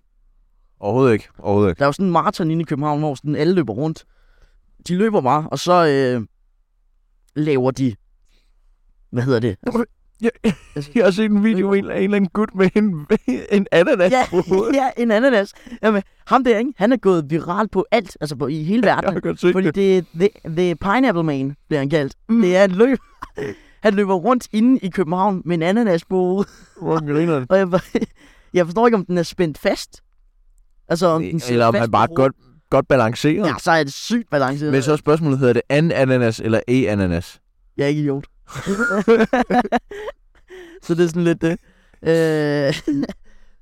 Overhovedet ikke. Overhovedet ikke.
Der er jo sådan en marathon inde i København, hvor sådan alle løber rundt. De løber bare, og så øh, laver de... Hvad hedder det?
Jeg har set en video med en, en eller anden gut med en, en ananas
Ja, ja, en ananas. Jamen, ham der, ikke? Han er gået viral på alt, altså på, i hele verden.
Jeg har godt set
Fordi
det.
det er the, the Pineapple Man, bliver han kaldt. Det er et løb. Han løber rundt inde i København med en ananas på hovedet,
Hvor grineren.
og jeg, bare- jeg forstår ikke, om den er spændt fast. Altså, om den sidder
Øh, Eller om
fast
han
på
bare
hovedet.
godt, godt balanceret.
Ja, så er det sygt balance.
Men så er spørgsmålet, hedder det an ananas eller e ananas?
Jeg er ikke idiot. så det er sådan lidt det. Øh,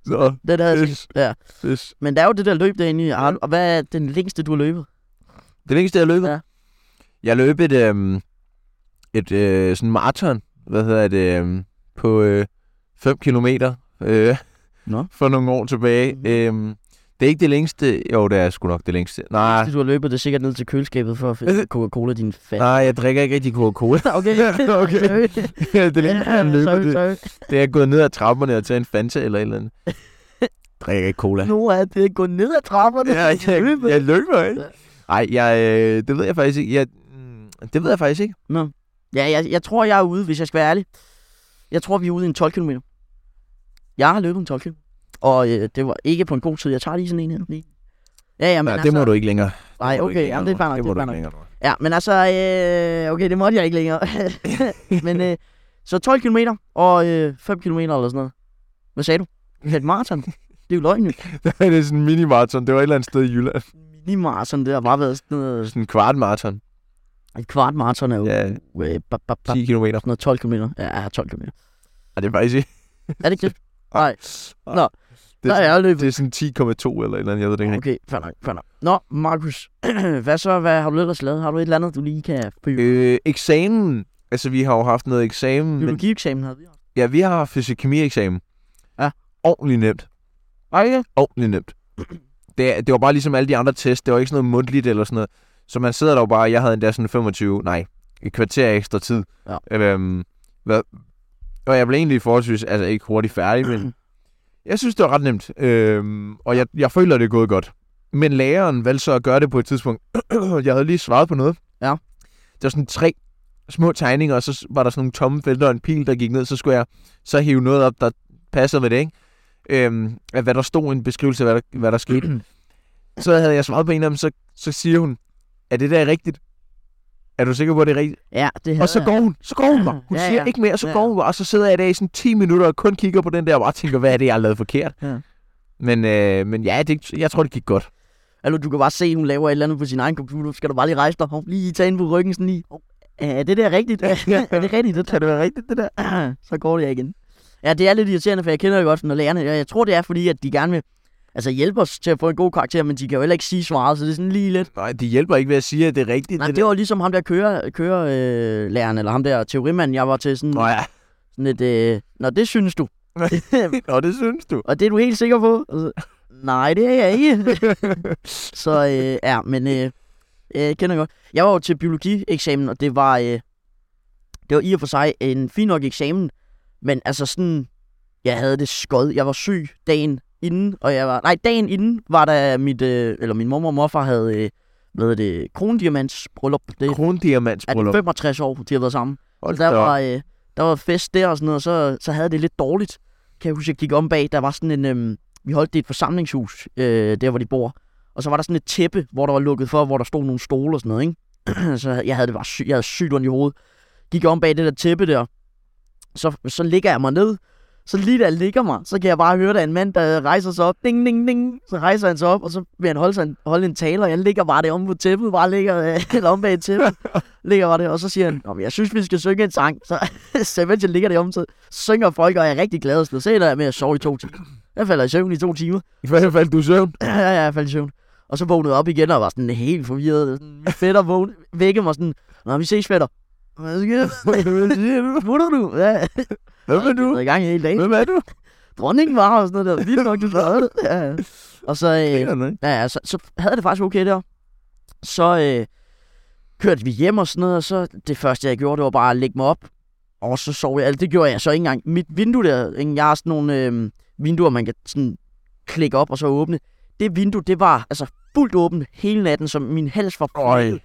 Nå,
den havde jeg
yes,
ja.
yes.
Men der er jo det der løb derinde i Arne. Og hvad er den længste, du har løbet?
Det længste, jeg løb?
Ja.
Jeg løb et, øhm, et øh, sådan maraton, hvad hedder det, øhm, på 5 kilometer øh,
Nå.
for nogle år tilbage.
Mhm.
Øhm, det er ikke det længste. Jo, det er sgu nok det længste. Nej, Øh.
Længste, du har løbet, det er sikkert ned til køleskabet for at finde Coca-Cola, din fat.
nej jeg drikker ikke rigtig Coca-Cola.
Okay.
Okay.
Sorry.
Ja, det længste, jeg har løbet,
sorry,
det,
sorry.
det er gået ned ad trapperne og taget en Fanta eller et eller andet. Drikker ikke cola.
Nu er det gået ned ad trapperne.
Ja, jeg,
Løbet.
jeg, jeg løber ikke.
Ja.
Nej, jeg, øh, det ved jeg faktisk ikke. Jeg, mm, det ved jeg faktisk ikke.
Ja, jeg, jeg tror, jeg er ude, hvis jeg skal være ærlig. Jeg tror, vi er ude i en 12 km. Jeg har løbet en 12 km. Og øh, det var ikke på en god tid. Jeg tager lige sådan en her. Lige. Ja, ja, men
Nej,
altså,
Mm. det må du ikke længere. Det
Nej,
må du ikke
okay,
længere
jamen, det
nu.
er fair nok,
Det
det
må
er
du
fair
ikke længere.
nok.
nu.
Ja, men altså, øh, okay, det måtte jeg ikke længere. men øh, så 12 km og øh, 5 km eller sådan noget. Hvad sagde du? Det er et maraton. Det er jo løgn. jo.
det er sådan en mini-marathon. Det var et eller andet sted i Jylland.
Mini-maraton, det har bare været sådan noget...
Sådan en kvart-marathon.
Et kvart maraton er jo...
Ja,
Øh, ba, ba, ba,
10 km.
sådan noget 12 km. Ja, 12 km.
Ja, det er faktisk ikke.
Er det ikke det? Nej. Nå,
det
der
er,
er
sådan,
jeg løbet.
det er sådan 10,2 eller et eller andet. Jeg ved det ikke.
Okay, fair nok, fair nok. Nå, Markus, hvad så? Hvad har du ellers lavet? Har du et eller andet, du lige kan fyre?
Øh, eksamen. Altså, vi har jo haft noget eksamen. Men,
Biologieksamen havde vi.
ja, vi har haft fysik-kemi-eksamen.
Ja.
Ordentligt nemt.
Ej, ja.
ordentligt nemt. Det, er- det var bare ligesom alle de andre tests. Det var ikke sådan noget mundtligt eller sådan noget. Så man sidder der jo bare, jeg havde endda sådan 25, nej, et kvarter ekstra tid.
Ja.
Øhm, hvad? Og jeg blev egentlig forholdsvis, altså ikke hurtigt færdig, men jeg synes, det var ret nemt. Øhm, og jeg, jeg føler, det er gået godt. Men læreren valgte så at gøre det på et tidspunkt. jeg havde lige svaret på noget.
Ja.
Det var sådan tre små tegninger, og så var der sådan nogle tomme felter og en pil, der gik ned. Så skulle jeg så hive noget op, der passede med det, ikke? øhm, af hvad der stod, en beskrivelse af, hvad der, hvad der skete. så havde jeg svaret på en af dem, så, så siger hun, er det der rigtigt? Er du sikker på, at det er rigtigt?
Ja, det havde
Og så går hun, så går hun bare. Hun
Ja,
siger
ja.
ikke mere, så
Ja,
går hun bare, og så sidder jeg der i sådan 10 minutter og kun kigger på den der, og bare tænker, hvad er det, jeg har lavet forkert?
Ja.
Men, øh, men ja, det, jeg tror, det gik godt.
Eller du kan bare se, hun laver et eller andet på sin egen computer. Så Skal du bare lige rejse dig? Hov, Lige tage ind på ryggen sådan lige. Hov, Er det der rigtigt? er det rigtigt? Det kan det være rigtigt, det der. Så går det igen. Ja, det er lidt irriterende, for jeg kender det godt, når lærerne... Jeg jeg tror, det er fordi, at de gerne vil altså, hjælpe os til at få en god karakter, men de kan jo heller ikke sige svaret, så det er sådan lige lidt...
Nej, det hjælper ikke ved at sige, at det er rigtigt.
Nej,
det,
det var ligesom ham der kører, kører øh, læreren, eller ham der teorimanden, jeg var til sådan,
der. Nå ja,
sådan et, øh, Nå, det synes du.
Nå, det synes du.
Og det er du helt sikker på? Og så, Nej, det er jeg ikke. så øh, ja, men øh, øh, jeg kender godt. Jeg var jo til biologieksamen, og det var, øh, det var i og for sig en fin nok eksamen. Men altså sådan, jeg havde det skod. Jeg var syg dagen inden, og jeg var, nej, dagen inden var der mit, øh, eller min mormor og morfar havde, øh, hvad hedder det, krondiamants bryllup. Det er de
Krondiamantsbryllup.
65 år, de har været sammen.
Hold
Og der
da op.
var, øh, der var fest der og sådan noget, og så, så havde jeg det lidt dårligt. Kan jeg huske, jeg gik om bag, der var sådan en, øhm, vi holdt det i et forsamlingshus, øh, der hvor de bor. Og så var der sådan et tæppe, hvor der var lukket for, hvor der stod nogle stole og sådan noget, ikke? så jeg havde det bare sy- jeg havde sygt ondt i hovedet. Gik om bag det der tæppe der, så, så ligger jeg mig ned. Så lige da jeg ligger mig, så kan jeg bare høre, at der er en mand, der rejser sig op. Ding, ding, ding. Så rejser han sig op, og så vil han holde, sig en, holde en tale, og jeg ligger bare det om på tæppet, bare ligger, øh, eller om bag et tæppe ligger var det, og så siger han, Nå, men jeg synes, vi skal synge en sang. Så, så mens jeg ligger det om, så synger folk, og jeg er rigtig glad, og sådan noget. så ender jeg med at sove i to timer. Jeg falder i søvn i to timer.
I hvert fald, du er søvn.
ja, ja, jeg faldt i søvn. Og så vågnede jeg op igen, og var sådan helt forvirret. Sådan, Min fætter vågnede, vækkede mig sådan, Nå, vi ses, fætter. Hvad sker der? Mutter du? Ja, jeg
Hvem er
har
du?
været i gang hele dagen.
Hvem er du?
Dronningen var her og sådan noget der. Vildt nok, du lavede det. Ja, ja. Og så, øh, Ja, ja, så, så havde jeg det faktisk okay der. Så øh, kørte vi hjem og sådan noget, og så det første, jeg gjorde, det var bare at lægge mig op. Og så sov jeg. Altså, det gjorde jeg så ikke engang. Mit vindue der, ikke? jeg har sådan nogle øh, vinduer, man kan sådan klikke op og så åbne. Det vindue, det var altså fuldt åbent hele natten, så min hals var
Øj.
fuld,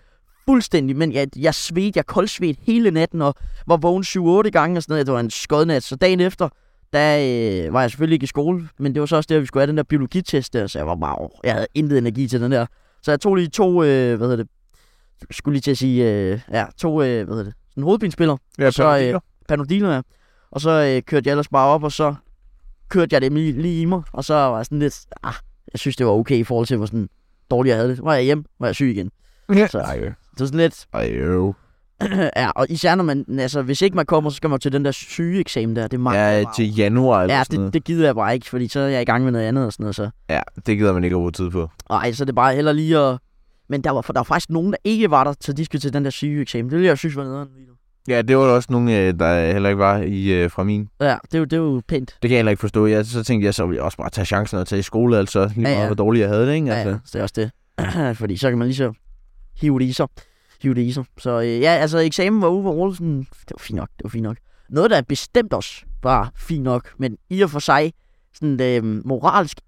fuldstændig, men jeg, jeg svedte, jeg koldsvedte hele natten, og var vågen 7-8 gange og sådan noget. Det var en skodnat, så dagen efter, der øh, var jeg selvfølgelig ikke i skole, men det var så også der, vi skulle have den der biologitest der, så jeg var bare, åh, jeg havde intet energi til den der. Så jeg tog lige to, øh, hvad hedder det, skulle lige til at sige, øh, ja, to, øh, hvad hedder det, en hovedpinespiller,
Ja,
så,
så, øh,
Panodino, ja. Og så øh, kørte jeg ellers bare op, og så kørte jeg det lige, lige i mig, og så var jeg sådan lidt, ah, jeg synes, det var okay i forhold til, hvor sådan dårligt jeg havde det. Så var jeg hjemme, var jeg syg igen.
ja.
så-
Ej, øh.
Det var sådan lidt,
Ej, øh.
ja, og især når man, altså hvis ikke man kommer, så skal man til den der syge eksamen der, det magter jeg
Ja,
bare.
til januar eller
Ja,
sådan
det,
noget.
det gider jeg bare ikke, fordi så er jeg i gang med noget andet og sådan noget, så.
Ja, det gider man ikke at bruge tid på.
Nej, så er det bare heller lige at... Men der var, for der var faktisk nogen, der ikke var der, så de skulle til den der syge eksamen. Det ville jeg synes var nederen.
Ja, det var der også nogle, øh, der heller ikke var i, øh, fra min.
Ja, det er jo, det er jo pænt.
Det kan jeg heller ikke forstå. Jeg, så tænkte jeg, så ville jeg også bare tage chancen og tage i skole, altså. Lige
Ja,
ja,
ja.
ja. hvor dårligt jeg havde det, ikke?
Ja,
Altså.
ja, så det er også det. fordi så kan man lige så hive det i sig. Hive det i sig. Så øh, ja, altså eksamen var overall sådan... Det var fint nok, det var fint nok. Noget, der bestemt os var fint nok, men i og for sig, sådan øh, moralsk,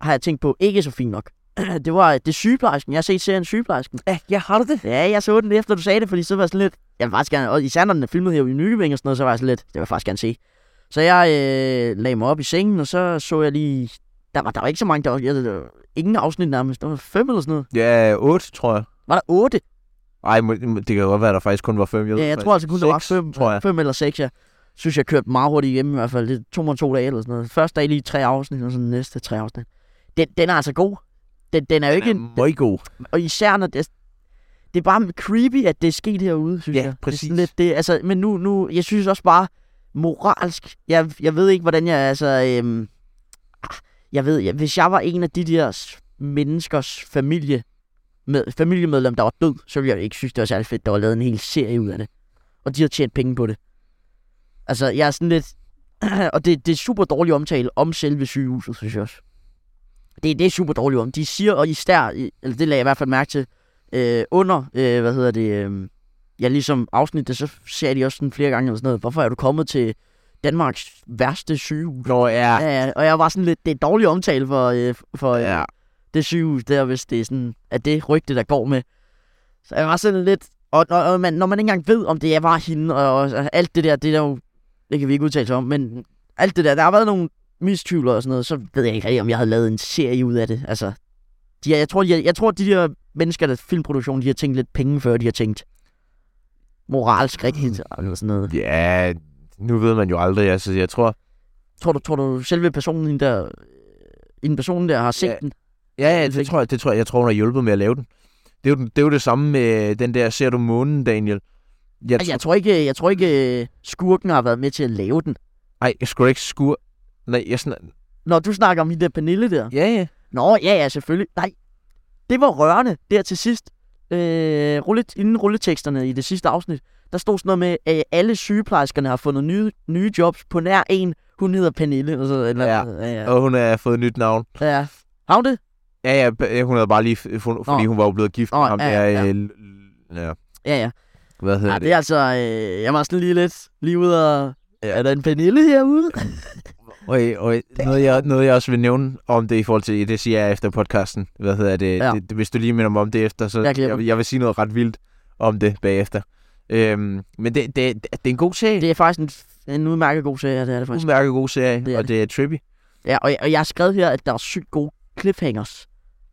har jeg tænkt på, ikke så fint nok. det var øh, det er sygeplejersken. Jeg har set serien sygeplejersken.
Ja, jeg har det.
Ja, jeg så den lige efter, du sagde det, fordi så var jeg sådan lidt... Jeg vil faktisk gerne... Og især når den er filmet her i Nykøbing og sådan noget, så var jeg sådan lidt... Det vil jeg faktisk gerne se. Så jeg øh, lagde mig op i sengen, og så så jeg lige... Der var, der var ikke så mange... Der var, jeg, der var ingen afsnit nærmest. Der var fem eller sådan noget.
Ja, 8, tror jeg.
Var der otte?
Ej, må, må- det kan godt være, at der faktisk kun var 5.
Ja, jeg tror altså kun, der var fem,
tror jeg.
fem eller seks, ja. Synes, jeg kørte meget hurtigt hjem i hvert fald. Det tog mig to dage eller sådan noget. Første dag lige tre afsnit, og så næste tre afsnit. Den, den er altså god. Den, den er jo ikke...
Ja,
En,
meget god.
og især når det, det er bare creepy, at det er sket herude, synes
Ja,
jeg.
præcis.
Det er sådan lidt, det, altså, men nu, nu, jeg synes også bare, moralsk, jeg, jeg ved ikke, hvordan jeg, altså, øhm, ah, jeg ved, jeg, hvis jeg var en af de der s- menneskers familie, med, familiemedlem, der var død, så ville jeg ikke synes, det var særlig fedt, der var lavet en hel serie ud af det. Og de har tjent penge på det. Altså, jeg er sådan lidt... og det, det er super dårlig omtale om selve sygehuset, synes jeg også. Det, det er super dårligt om. De siger, og især, eller det lagde jeg i hvert fald mærke til, øh, under, øh, hvad hedder det, øh, ja, ligesom afsnittet, så ser de også sådan flere gange eller sådan noget, hvorfor er du kommet til Danmarks værste sygehus?
Nå, ja.
Ja, ja, og jeg var sådan lidt, det er dårlig omtale for, øh, for øh,
Ja,
det sygehus der, hvis det er sådan, at det rygte, der går med. Så jeg var sådan lidt, og, og, og man, når man ikke engang ved, om det er bare hende, og, og, og alt det der, det er der jo, det kan vi ikke udtale sig om, men alt det der, der har været nogle mistvivler og sådan noget, så ved jeg ikke rigtig, om jeg havde lavet en serie ud af det. Altså, de, er- jeg, tror, de, er- jeg tror, de der mennesker, der filmproduktion, de har tænkt lidt penge før, de har tænkt moralsk rigtigt,
Mm.
eller sådan noget.
ja, nu ved man jo aldrig. Altså, jeg tror...
Tror du, tror du selve personen hende der, en person der har set
Ja.
den?
Ja, ja, det tror jeg, det tror jeg, jeg tror, hun har hjulpet med at lave den. Det er jo, den- det, er jo det samme med den der Ser du månen, Daniel? Jeg,
Jeg, jeg, tror ikke, jeg tror ikke, skurken har været med til at lave den.
Ej, jeg skulle ikke skur... Nej, jeg sådan...
Når du snakker om hende der Pernille der.
Ja, ja.
Nå, ja, ja, selvfølgelig. Nej, det var rørende der til sidst. Øh, rulle, inden rulleteksterne i det sidste afsnit, der stod sådan noget med, at øh, alle sygeplejerskerne har fundet nye, nye jobs på nær en. Hun hedder Pernille. Og så, eller,
Ja.
ja, ja.
Og hun har fået et nyt navn.
ja. Har hun det?
Ja, ja, b- øh, hun havde bare lige... f- Fund, fordi
Nå.
hun var jo blevet gift med
Nå,
ham.
ja,
Ja,
ja.
ja. ja.
Ja, ja.
Hvad hedder
Ja,
det?
det er altså, øh, jeg var sådan lige lidt lige ude og...
Ja.
Er der en Pernille herude?
Og, og noget, jeg, noget, jeg også vil nævne om det i forhold til, det siger jeg efter podcasten, hvad hedder det,
Ja.
ja. det, det hvis du lige minder mig om det efter, så
Jeg glemmer.
jeg, jeg vil sige noget ret vildt om det bagefter. Øhm, men det, det, det, det er en god serie, det
Det er faktisk en, en udmærket god serie, det er det
er en
faktisk.
udmærket god serie,
Det er
og
det.
det er trippy.
Ja, og jeg, og jeg har skrevet her, at der var sygt gode cliffhangers.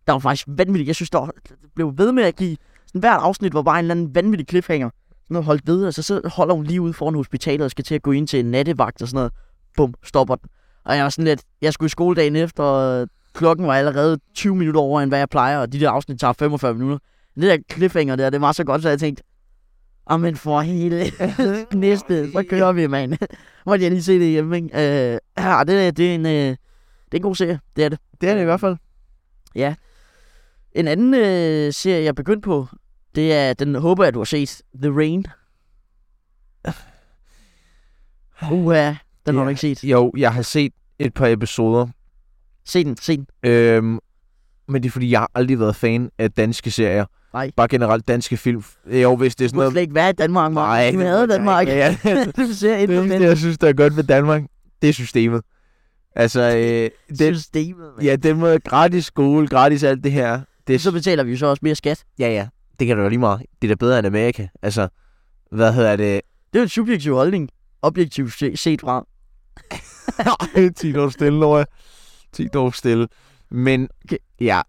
Der var faktisk vanvittigt. Jeg synes, der var- det blev ved med at give... Sådan hvert afsnit var bare en eller anden vanvittig cliffhanger. Sådan noget holdt ved, og så, så holder hun lige ude foran hospitalet og skal til at gå ind til en nattevagt og sådan noget. Bum, stopper den. Og jeg var sådan lidt... Jeg skulle i skole dagen efter, og klokken var allerede 20 minutter over, end hvad jeg plejer, og de der afsnit tager 45 minutter. Men Det der cliffhanger der, det var så godt, så jeg tænkte, Amen for hele næste, så kører vi, mand. Måtte jeg lige se det hjemme, ikke? Øh, ja, det, det er en... Øh, det er en god serie, det er det.
Det er det i hvert fald.
En anden øh, serie, jeg begyndte på, det er, den håber jeg, du har set, The Rain. Uha, den har du
Ja.
ikke set.
Jo, jeg har set et par episoder,
Se den, se den.
øhm, men det er fordi, jeg har aldrig været fan af danske serier.
Nej.
Bare generelt danske film. Jo, hvis det er
Du
sådan
burde
noget...
slet ikke være i Danmark, Mark.
Nej,
du
det
havde
må jeg
Danmark.
ikke. Ja, ja.
du ser ind
Det
på
eneste,
den
jeg synes, der er godt ved Danmark, det er systemet. Altså, øh, det,
systemet. mand.
Ja, den måde gratis skole, gratis alt det her. Det er,
Så
så,
betaler vi jo så også mere skat.
ja, ja. Det kan du jo lige meget. Det er da bedre end Amerika. Altså, hvad hedder det?
Det er jo en subjektiv holdning, objektivt se- set fra.
10 år stille, Laura. 10 år stille. Men,
Okay.
ja,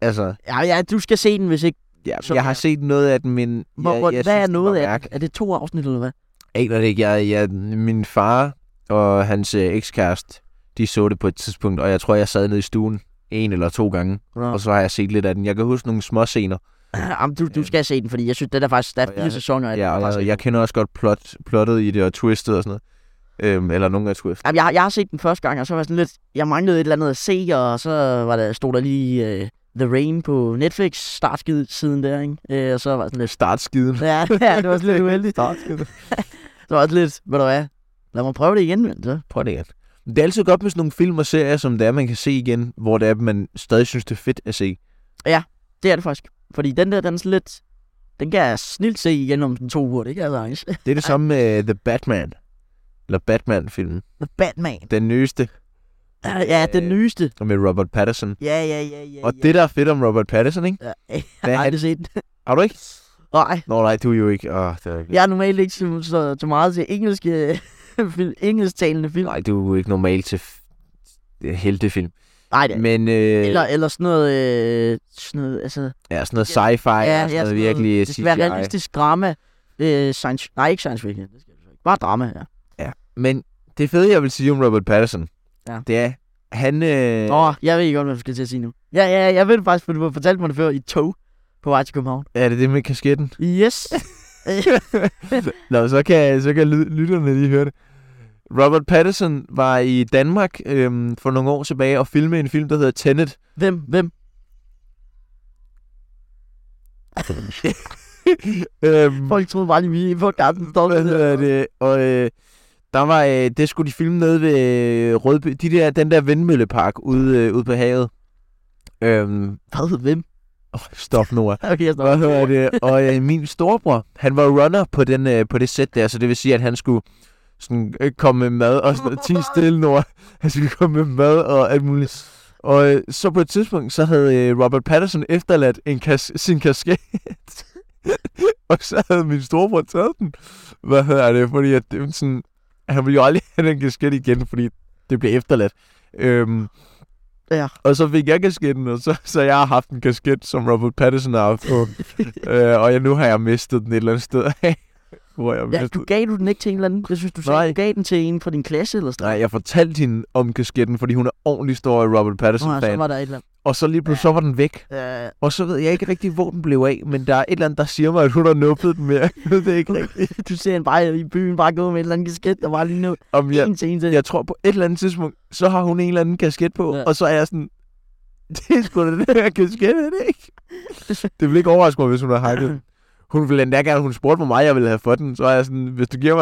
altså,
Ja, ja, du skal se den, hvis ikke
Ja,
Som
jeg har
er-
set noget af den, men...
Hvor,
jeg,
hvor,
jeg
hvad er
synes, den
noget
var
af
mærkelig.
det? Er det to afsnit eller hvad?
aner det ikke. Jeg, jeg, min far og hans øh, ekskæreste, de så det på et tidspunkt, og jeg tror, jeg sad nede i stuen en eller to gange,
Nå.
og så har jeg set lidt af den. Jeg kan huske nogle små scener,
Jamen, du, du skal se den, fordi jeg synes, den er faktisk, der er
Og
fire
jeg-
sæsoner af den.
ja, og
faktisk.
jeg, jeg kender også godt plot, plottet i det, og twistet og sådan noget. Øhm, eller nogle af twist.
Jamen, jeg, har- jeg har set den første gang, og så var jeg sådan lidt... Jeg manglede et eller andet at se, og så var der, stod der lige øh, The Rain på Netflix startskid siden der, ikke? Øh, og så var jeg sådan lidt...
Startskiden.
Ja, ja det var sådan lidt uheldigt.
Startskiden.
Så var jeg sådan lidt, ved du hvad, lad mig prøve det igen, men så.
Prøv det igen. Det er altid godt med sådan nogle film og serier, som det er, man kan se igen, hvor det er, man stadig synes, det er fedt at se.
Det er det faktisk. Fordi den der, den er sådan lidt... Den kan jeg snilt se igen om den to uger, det kan jeg sagtens.
Det er det samme med øh, The Batman. Eller Batman-filmen.
The Batman.
Den nyeste
Ja, den
Øh,
nyeste.
med Robert Pattinson.
Ja, ja, ja, ja.
Og
ja.
det, der er fedt om Robert Pattinson, ikke?
Ja, jeg
Hvad
har
han,
aldrig set den.
har du ikke?
Nej,
Nå nej, du er jo ikke... Åh, det er ikke...
jeg er normalt ikke så, så, så meget til engelske, film, engelsktalende film.
Nej, du er jo ikke normal til f- heltefilm.
Nej, det er
Men øh,
Eller, eller sådan noget, øh, sådan noget, altså... Ja,
ja, sådan noget sci-fi, ja, ja, altså, sådan noget virkelig øh,
Det skal være
CGI.
realistisk drama. Øh, science, nej, ikke science fiction. Det skal det så ikke. Bare drama, ja.
Men det fede, jeg vil sige om Robert Pattinson,
Ja.
det er, han... Øh,
Åh, jeg ved ikke godt, hvad du skal til at sige nu. Ja, ja, jeg ved det faktisk, for du har fortalt mig det før i et tog på vej til København.
Er det det med kasketten?
Yes!
Nå, så kan, så kan lyd- lytterne lige høre det. Robert Pattinson var i Danmark øhm, for nogle år tilbage og filmede en film, der hedder Tenet.
hvem, hvem?
øhm,
Folk troede bare lige, vi i podcasten
Hvad hedder det? Og øh, der var, øh, det skulle de filme nede ved øh, Rødby, de der, den der vindmøllepark ude, øh, ude på havet. Øhm,
Hvad, hvem?
oh, stop nu.
Okay, jeg
Hvad
snakker.
hedder det? Og øh, min storebror, han var runner på, den, øh, på det sæt der, så det vil sige, at han skulle sådan, øh, komme med mad og sådan noget. Ti stille, Nora. Han skulle komme med mad og alt muligt. Og øh, så på et tidspunkt, så havde øh, Robert Patterson efterladt en kas- sin kasket. og så havde min storebror taget den. Hvad hedder det? Fordi at, det var sådan, han ville jo aldrig have den kasket igen, fordi det blev efterladt. Øhm,
Ja.
og så fik jeg kasketten, og så, så jeg har haft en kasket, som Robert Pattinson har haft på. øh, og jeg, nu har jeg mistet den et eller andet sted af, hvor jeg ja,
Ja,
mistede
du gav du den ikke til en eller anden. Jeg synes, du sagde,
Nej.
du gav den til en fra din klasse eller sådan
Nej, jeg fortalte hende om kasketten, fordi hun er ordentlig stor Robert
Nå, så
Pattinson-fan.
var der et eller andet.
Og så lige pludselig, så var den væk.
Ja,
Og så ved jeg ikke rigtig, hvor den blev af, men der er et eller andet, der siger mig, at hun har nuppet den mere. det er ikke rigtigt.
du ser en bare i byen, bare gå med et eller andet kasket, og bare lige nå
Om jeg,
en til en til.
jeg tror på et eller andet tidspunkt, så har hun en eller anden kasket på,
Ja.
ja. og så er jeg sådan, det er sgu da den her kasket, er det ikke? Det vil ikke overraske mig, hvis hun har hacket. Hun ville endda gerne, hun spurgte, hvor meget jeg ville have for den. Så er jeg sådan, hvis du giver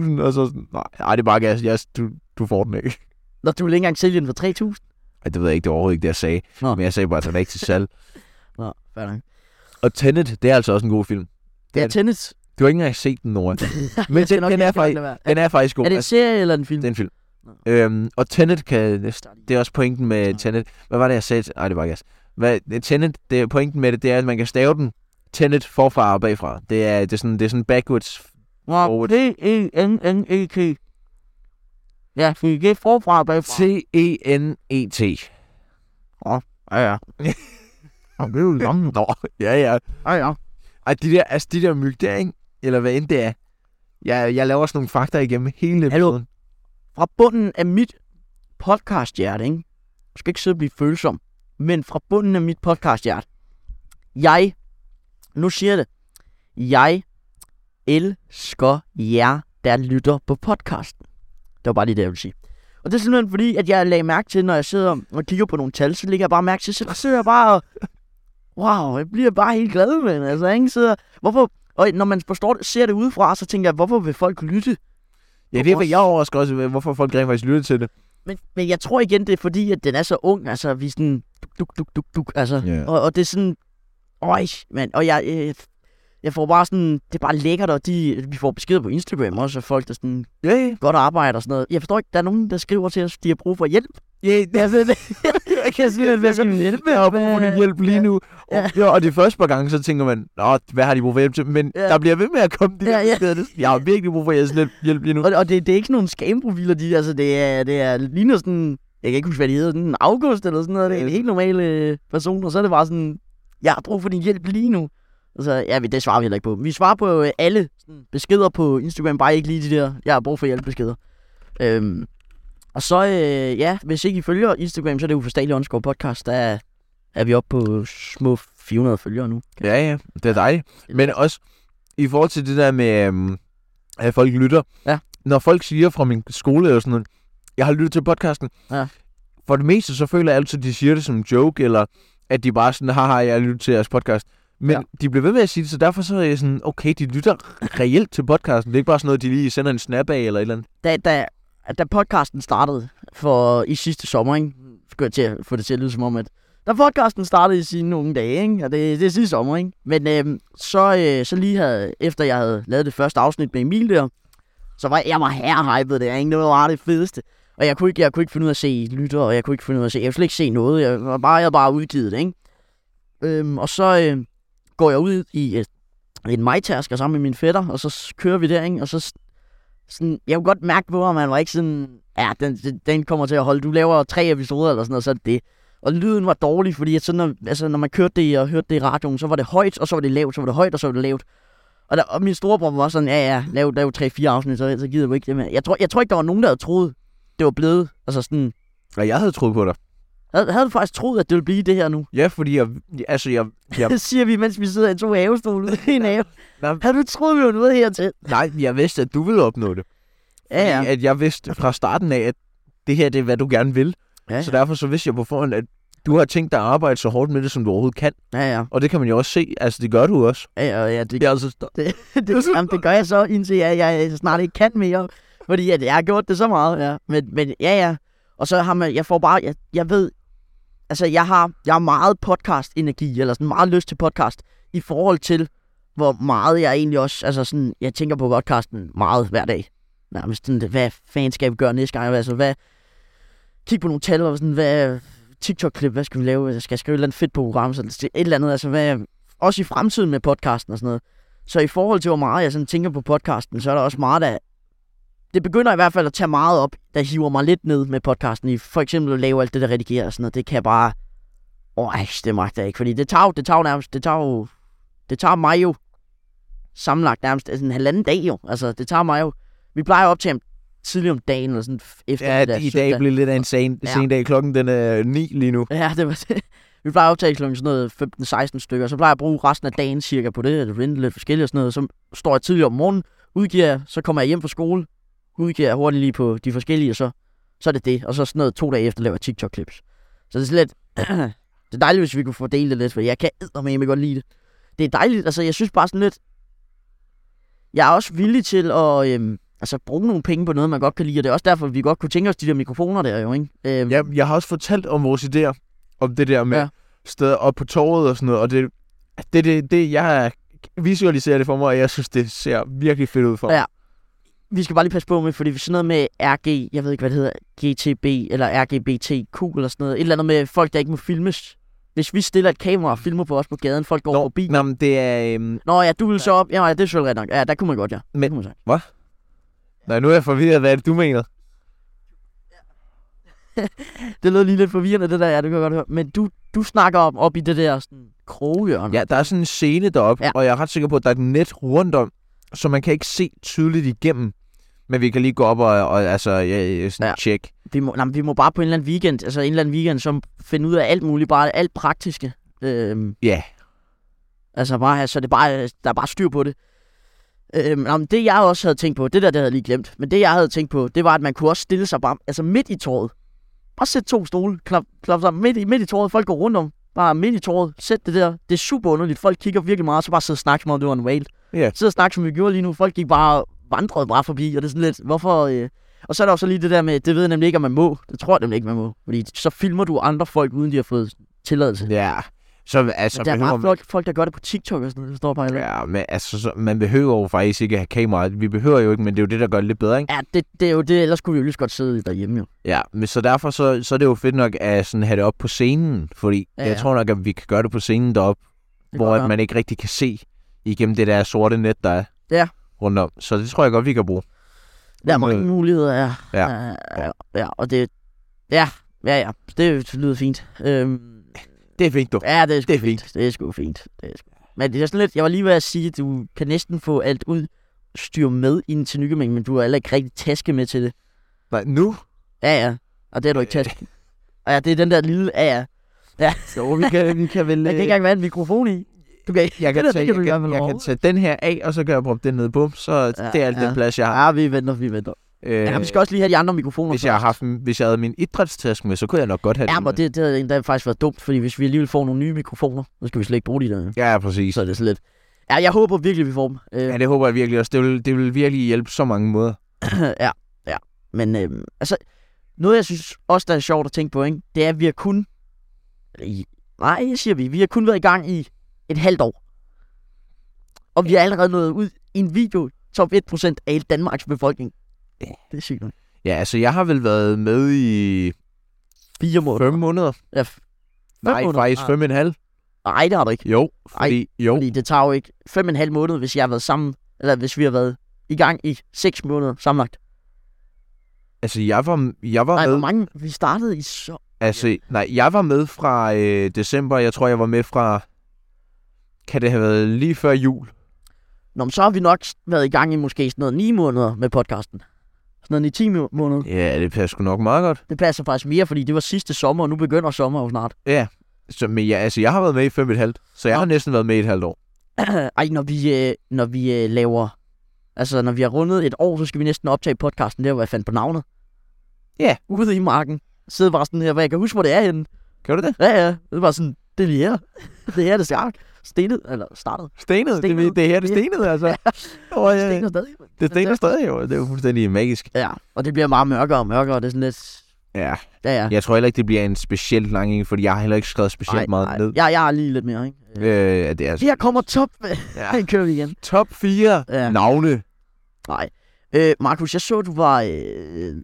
mig 3.000, og så sådan, nej, ej, det er bare gas, yes, du, du får den ikke.
Nå, du vil ikke engang sælge den for 3.000?
Ej, det ved jeg ikke, det var overhovedet ikke det, jeg sagde.
Nå.
Nå. Men jeg sagde bare, at den er ikke til salg.
Nå, fair nok.
Og Tenet, det er altså også en god film.
Det er
det.
tennis.
Du har ikke engang set den, Nora. Men den, den, er, faktisk, den er faktisk god.
Er det en
Altså,
serie eller en film?
det er en film.
Nå.
Øhm, og Tenet kan, det er også pointen med
Nå.
Tenet. Hvad var det, jeg sagde? Nej, det var gas. Hvad, Tenet, det er pointen med det, det er, at man kan stave den. Tenet forfra og bagfra. Det er, det er sådan, det er sådan backwards.
Nå,
forward.
E P-E-N-N-E-T. Ja, for I gik forfra og bagfra.
E T-E-N-E-T.
Ja, ja. Nå, det er jo langt.
Nå, ja, ja.
Ja, ja.
Ej, de der, altså de der myg der, ikke? Eller hvad end det er. Jeg, jeg laver sådan nogle fakta igennem hele
Hallo?
episoden.
Fra bunden af mit podcasthjerte, ikke? Du skal ikke sidde og blive følsom. Men fra bunden af mit podcasthjerte. Jeg, nu siger jeg det. Jeg elsker jer, der lytter på podcasten. Det var bare lige det, jeg ville sige. Og det er simpelthen fordi, at jeg lagde mærke til, når jeg sidder og kigger på nogle tal, så lægger jeg bare mærke til, så sidder jeg bare og... Wow, jeg bliver bare helt glad, men altså, ingen sidder... Hvorfor... Og når man forstår det, ser det udefra, så tænker jeg, hvorfor vil folk lytte?
Ja, det er jeg overrasker også, ved, hvorfor folk rent faktisk lytter til det.
Men, men jeg tror igen, det er fordi, at den er så ung. Altså, vi er sådan... Duk, duk, duk, duk, duk. Altså,
Ja.
og, og det er sådan... Øj, mand. Og jeg, øh, jeg får bare sådan... Det er bare lækkert, og de, vi får beskeder på Instagram også, af folk, der sådan
Ja, ja.
godt arbejder og sådan noget. Jeg forstår ikke, der er nogen, der skriver til os, de har brug for hjælp.
Ja, det er sådan,
Jeg kan sige, hvad skal vi hjælpe?
jeg har brug for din hjælp lige nu.
Ja.
Og, ja, og de første par gange, så tænker man, Nå, hvad har de brug for hjælp til? Men
Ja.
der bliver ved med at komme de
Ja,
der
ja.
beskeder. Det er sådan, Jeg har virkelig brug for jeres hjælp, hjælp lige nu.
Og, og det, det er ikke sådan nogle scam-profiler, de, altså, det er, det er ligner øh, sådan... Jeg kan ikke huske, hvad de hedder. Sådan en august eller sådan noget. Det er en helt normal øh, person, og så er det bare sådan... jeg har brug for din hjælp lige nu. Og så, ja, men det svarer vi heller ikke på. Vi svarer på øh, alle sådan, beskeder på Instagram, bare ikke lige de der, jeg har brug for hjælp beskeder. Øhm, og så, øh, ja, hvis ikke I følger Instagram, så er det uforståeligt underscore podcast, der er, er vi oppe på små 400 følgere nu.
Ja, ja, det er dejligt. Men også i forhold til det der med, øhm, at folk lytter.
Ja.
Når folk siger fra min skole eller sådan noget, jeg har lyttet til podcasten.
Ja.
For det meste, så føler jeg altid, at de siger det som en joke, eller at de bare sådan, haha, jeg har lyttet til jeres podcast. Men
Ja.
ja. de bliver ved med at sige det, så derfor så er jeg sådan, okay, de lytter reelt til podcasten. Det er ikke bare sådan noget, de lige sender en snap af eller et eller andet.
da, da, da podcasten startede for i sidste sommer, ikke? Skal jeg til at få det til at lyde som om, at da podcasten startede i sine nogle dage, ikke? og det, det er sidste sommer, ikke? men øhm, så, øh, så lige havde, efter jeg havde lavet det første afsnit med Emil der, så var jeg, jeg var herrehypet der, ikke? det var bare det fedeste. Og jeg kunne, ikke, jeg kunne ikke finde ud af at se lytter, og jeg kunne ikke finde ud af at se, jeg kunne slet ikke se noget, jeg var bare, jeg havde bare udgivet det, ikke? Øhm, og så øh, går jeg ud i et, en majtasker sammen med min fætter, og så s- kører vi der, ikke? og så s- sådan, jeg kunne godt mærke på ham, han var ikke sådan, ja, den, den- den kommer til at holde, du laver tre episoder eller sådan noget, så er det det. Og lyden var dårlig, fordi at sådan, når, altså, når man kørte det og hørte det i radioen, så var det højt, og så var det lavt, så var det højt, og så var det lavt. Og, der, og min storebror var sådan, ja ja, lav, lav tre-fire afsnit, så, så gider du ikke det mere. Jeg tror, jeg tror ikke, der var nogen, der havde troet, det var blevet, altså sådan,
Og jeg havde troet på dig.
havde, havde du faktisk troet, at det ville blive det her nu?
Ja, fordi jeg, altså jeg, jeg,
Det siger vi, mens vi sidder i to havestole ude i en have.
Nej.
Havde du troet, vi var nået hertil?
nej, jeg vidste, at du ville opnå det.
Ja, ja.
Fordi øh, At jeg vidste fra starten af, at det her det er, hvad du gerne vil.
Ja,
Så derfor så vidste jeg på forhånd, at du har tænkt dig at arbejde så hårdt med det, som du overhovedet kan.
ja, ja.
Og det kan man jo også se. Altså, det gør du også.
ja, ja, ja det,
Det er altså st-
det, jamen, det gør jeg så, indtil jeg, jeg snart ikke kan mere, fordi at jeg har gjort det så meget, ja. Men, men ja, ja. Og så har man, jeg får bare, jeg, jeg ved, altså jeg har, jeg har meget podcast-energi, eller sådan meget lyst til podcast, i forhold til, hvor meget jeg egentlig også, altså sådan, jeg tænker på podcasten meget hver dag. Nærmest sådan, hvad fanden skal vi gøre næste gang? Altså, hvad, kig på nogle tal, og sådan, hvad, TikTok-klip, hvad skal vi lave? Jeg skal jeg skrive et eller andet fedt på program, så et eller andet, altså hvad, også i fremtiden med podcasten og sådan noget. Så i forhold til, hvor meget jeg sådan tænker på podcasten, så er der også meget, der... Det begynder i hvert fald at tage meget op, der hiver mig lidt ned med podcasten. I for eksempel at lave alt det, der redigerer og sådan noget. Det kan jeg bare... Åh, oh, det magter jeg ikke. Fordi det tager, jo- det tager jo nærmest... Det tager jo... Det tager mig jo sammenlagt nærmest altså en halvanden dag jo. Altså, det tager mig jo... Vi plejer jo op til ham tidligere om dagen, eller sådan f- efter
Ja,
det der
i
søndag.
dag blev lidt af en sen,
Ja.
ja. sen dag. Klokken den er 9 lige nu.
Ja, det var det. Vi plejer at optage klokken sådan noget 15-16 stykker, så plejer jeg at bruge resten af dagen cirka på det, eller vente lidt forskelligt og sådan noget. Så står jeg tidligere om morgenen, udgiver jeg, så kommer jeg hjem fra skole, udgiver jeg hurtigt lige på de forskellige, og så, så er det det. Og så sådan noget to dage efter laver jeg TikTok-clips. Så det er sådan lidt... det er dejligt, hvis vi kunne fordele det lidt, for jeg kan eddermame godt lide det. Det er dejligt, altså jeg synes bare sådan lidt... Jeg er også villig til at øhm, altså, bruge nogle penge på noget, man godt kan lide, og det er også derfor, vi godt kunne tænke os de der mikrofoner der jo, ikke? Øhm,
Ja, jeg har også fortalt om vores idéer, om det der med
Ja.
ja. steder op på torvet og sådan noget, og det, det, det, det jeg visualiserer det for mig, og jeg synes, det ser virkelig fedt ud for mig.
Ja. vi skal bare lige passe på med, fordi sådan noget med RG, jeg ved ikke, hvad det hedder, GTB eller RGBTQ eller sådan noget, et eller andet med folk, der ikke må filmes. Hvis vi stiller et kamera og filmer på os på gaden, folk går Nå.
Nå,
forbi.
Nå, men det er... Øhm,
Nå ja, du vil så op. Ja, ja, det er selvfølgelig ret nok. Ja, der kunne man godt, ja. Det
Men-
kunne man sagt.
nej, nu er jeg forvirret. Hvad er det, du mener?
det lød lige lidt forvirrende, det der, ja, det kan jeg godt høre. Men du, du snakker om op i det der sådan, krogehjørne.
Ja, der er sådan en scene deroppe,
Ja.
ja. og jeg er ret sikker på, at der er et net rundt om, så man kan ikke se tydeligt igennem. Men vi kan lige gå op og, og altså, ja, sådan
Ja.
ja. tjek.
Vi, må, nej, men vi må bare på en eller anden weekend, altså en eller anden weekend, som finde ud af alt muligt, bare alt praktiske. Øhm,
Ja,
Altså bare, have- så det er bare, der er bare styr på det. Øhm, nå, men det jeg også havde tænkt på, det der det havde jeg lige glemt, men det jeg havde tænkt på, det var, at man kunne også stille sig bare, altså midt i tåret. Bare sæt to stole, klap, klap sammen, midt i, midt i tåret, folk går rundt om, bare midt i tåret, sæt det der. Det er super underligt, folk kigger virkelig meget, så bare sidde og snakke, som om det var en whale.
Ja.
Sidde og snakke, som vi gjorde lige nu, folk gik bare, vandrede bare forbi, og det er sådan lidt, hvorfor... Øh... Og så er der jo så lige det der med, det ved jeg nemlig ikke, om man må. Det tror jeg nemlig ikke, man må. Fordi så filmer du andre folk, uden de har fået tilladelse.
ja. Så altså,
Men der er
behøver
meget
man,
folk, folk, der gør det på TikTok og sådan noget, det står bare i
ja, men, altså, så, man behøver jo faktisk ikke at have kameraet. Vi behøver jo ikke, men det er jo det, der gør det lidt bedre, ikke?
Ja, det, det er jo det, ellers kunne vi jo lige så godt sidde derhjemme jo.
Ja, men så derfor så, så er det jo fedt nok at sådan have det op på scenen, fordi
Ja,
ja, ja. jeg
ja.
tror nok, at vi kan gøre det på scenen deroppe,
kan
hvor
godt
at
være.
man ikke rigtig kan se igennem det der sorte net, der er
Ja.
rundt om. Så det tror jeg godt, vi kan bruge.
Der er mange muligheder, øh, ja. Øh,
Ja.
ja. ja og det... Ja, ja, ja. Det lyder fint. Øhm,
Det er fint, du.
Ja, det er sgu
Det er
fint. Det er sgu fint. Det er sgu. Men det er sådan lidt, jeg var lige ved at sige, at du kan næsten få alt ud styr med i en tilnykemæng, men du har heller ikke rigtig taske med til det.
Nej, nu?
Ja, ja. Og det har du ikke taske. Og ja, det er den der lille, ja, ja.
Jo, vi kan, vi kan vel...
Der kan ikke
øh,
engang være en mikrofon i. Du kan ikke.
jeg kan,
det
tage,
kan du
jeg,
i hvert
kan,
fald
jeg kan
overhovedet.
tage den her af, og så kan jeg proppe den ned på, så
Ja,
det er alt
ja.
den plads, jeg har.
Ja, vi venter, vi venter.
Øh,
Ja, vi skal også lige have de andre mikrofoner.
hvis, jeg har
først.
haft, en- hvis jeg havde min idrætstaske med, så kunne jeg nok godt have
Ja,
den. øh,
men
med.
det, det havde endda faktisk været dumt, fordi hvis vi alligevel får nogle nye mikrofoner, så skal vi slet ikke bruge de der. øh.
Ja, præcis.
Så er det sådan lidt. Ja, jeg håber virkelig, vi får dem. Øh,
Ja, det håber jeg virkelig også. Det vil, det vil virkelig hjælpe så mange måder.
ja, ja. Men øhm, altså, noget jeg synes også, der er sjovt at tænke på, ikke? det er, at vi har kun... eller I- Nej, siger vi. Vi har kun været i gang i et halvt år. Og vi har allerede nået ud i en video, top 1% af hele Danmarks befolkning.
Ja.
Det er sygt. nok.
Ja, altså, jeg har vel været med i
Fire måneder.
5 måneder.
Ja, f-
Nej,
måneder?
faktisk
Ah.
fem og en halv.
nej, det har du ikke.
Jo, fordi, jo,
Fordi det tager jo ikke fem og en halv måned, hvis jeg har været sammen, eller hvis vi har været i gang i 6 måneder sammenlagt.
altså, jeg var, jeg var
Nej, hvor
med,
mange? Vi startede i så...
altså, nej, jeg var med fra øh, december, jeg tror, jeg var med fra, kan det have været lige før jul?
Nå, men så har vi nok været i gang i måske sådan noget 9 måneder med podcasten. Sådan noget 9-10 må- måneder.
Ja, det passer sgu nok meget godt.
Det passer faktisk mere, fordi det var sidste sommer, og nu begynder sommer jo snart.
Så, men jeg, altså, jeg har været med i fem og et halvt, så jeg
Nå.
har næsten været med i et halvt år.
Ej, når vi, øh, når vi øh, laver... Altså, når vi har rundet et år, så skal vi næsten optage podcasten der, hvor jeg fandt på navnet.
Ja.
Ude i marken. Sidder bare sådan her, hvor jeg kan huske, hvor det er henne.
Kan du det?
Ja, ja. Det var sådan, det er lige her. det er her, det starter. Stenet, eller startet.
Stenet,
Stenet.
Det, det her det er stenet, altså. Åh, ja, ja.
Stenet stadig.
Det stener stadig, jo. Det er jo fuldstændig magisk.
Ja, og det bliver meget mørkere og mørkere, og det er sådan lidt...
Ja,
Ja, ja.
jeg tror heller ikke, det bliver en specielt lang en, fordi jeg har heller ikke skrevet specielt
Ej,
meget
ej.
ned.
Jeg, jeg har lige lidt mere, ikke?
Øh, at det er altså,
Her kommer top.
ja.
Ja. kører vi igen.
Top 4
Ja.
ja. navne.
Nej. Øh, Markus, jeg så, du var... Øh,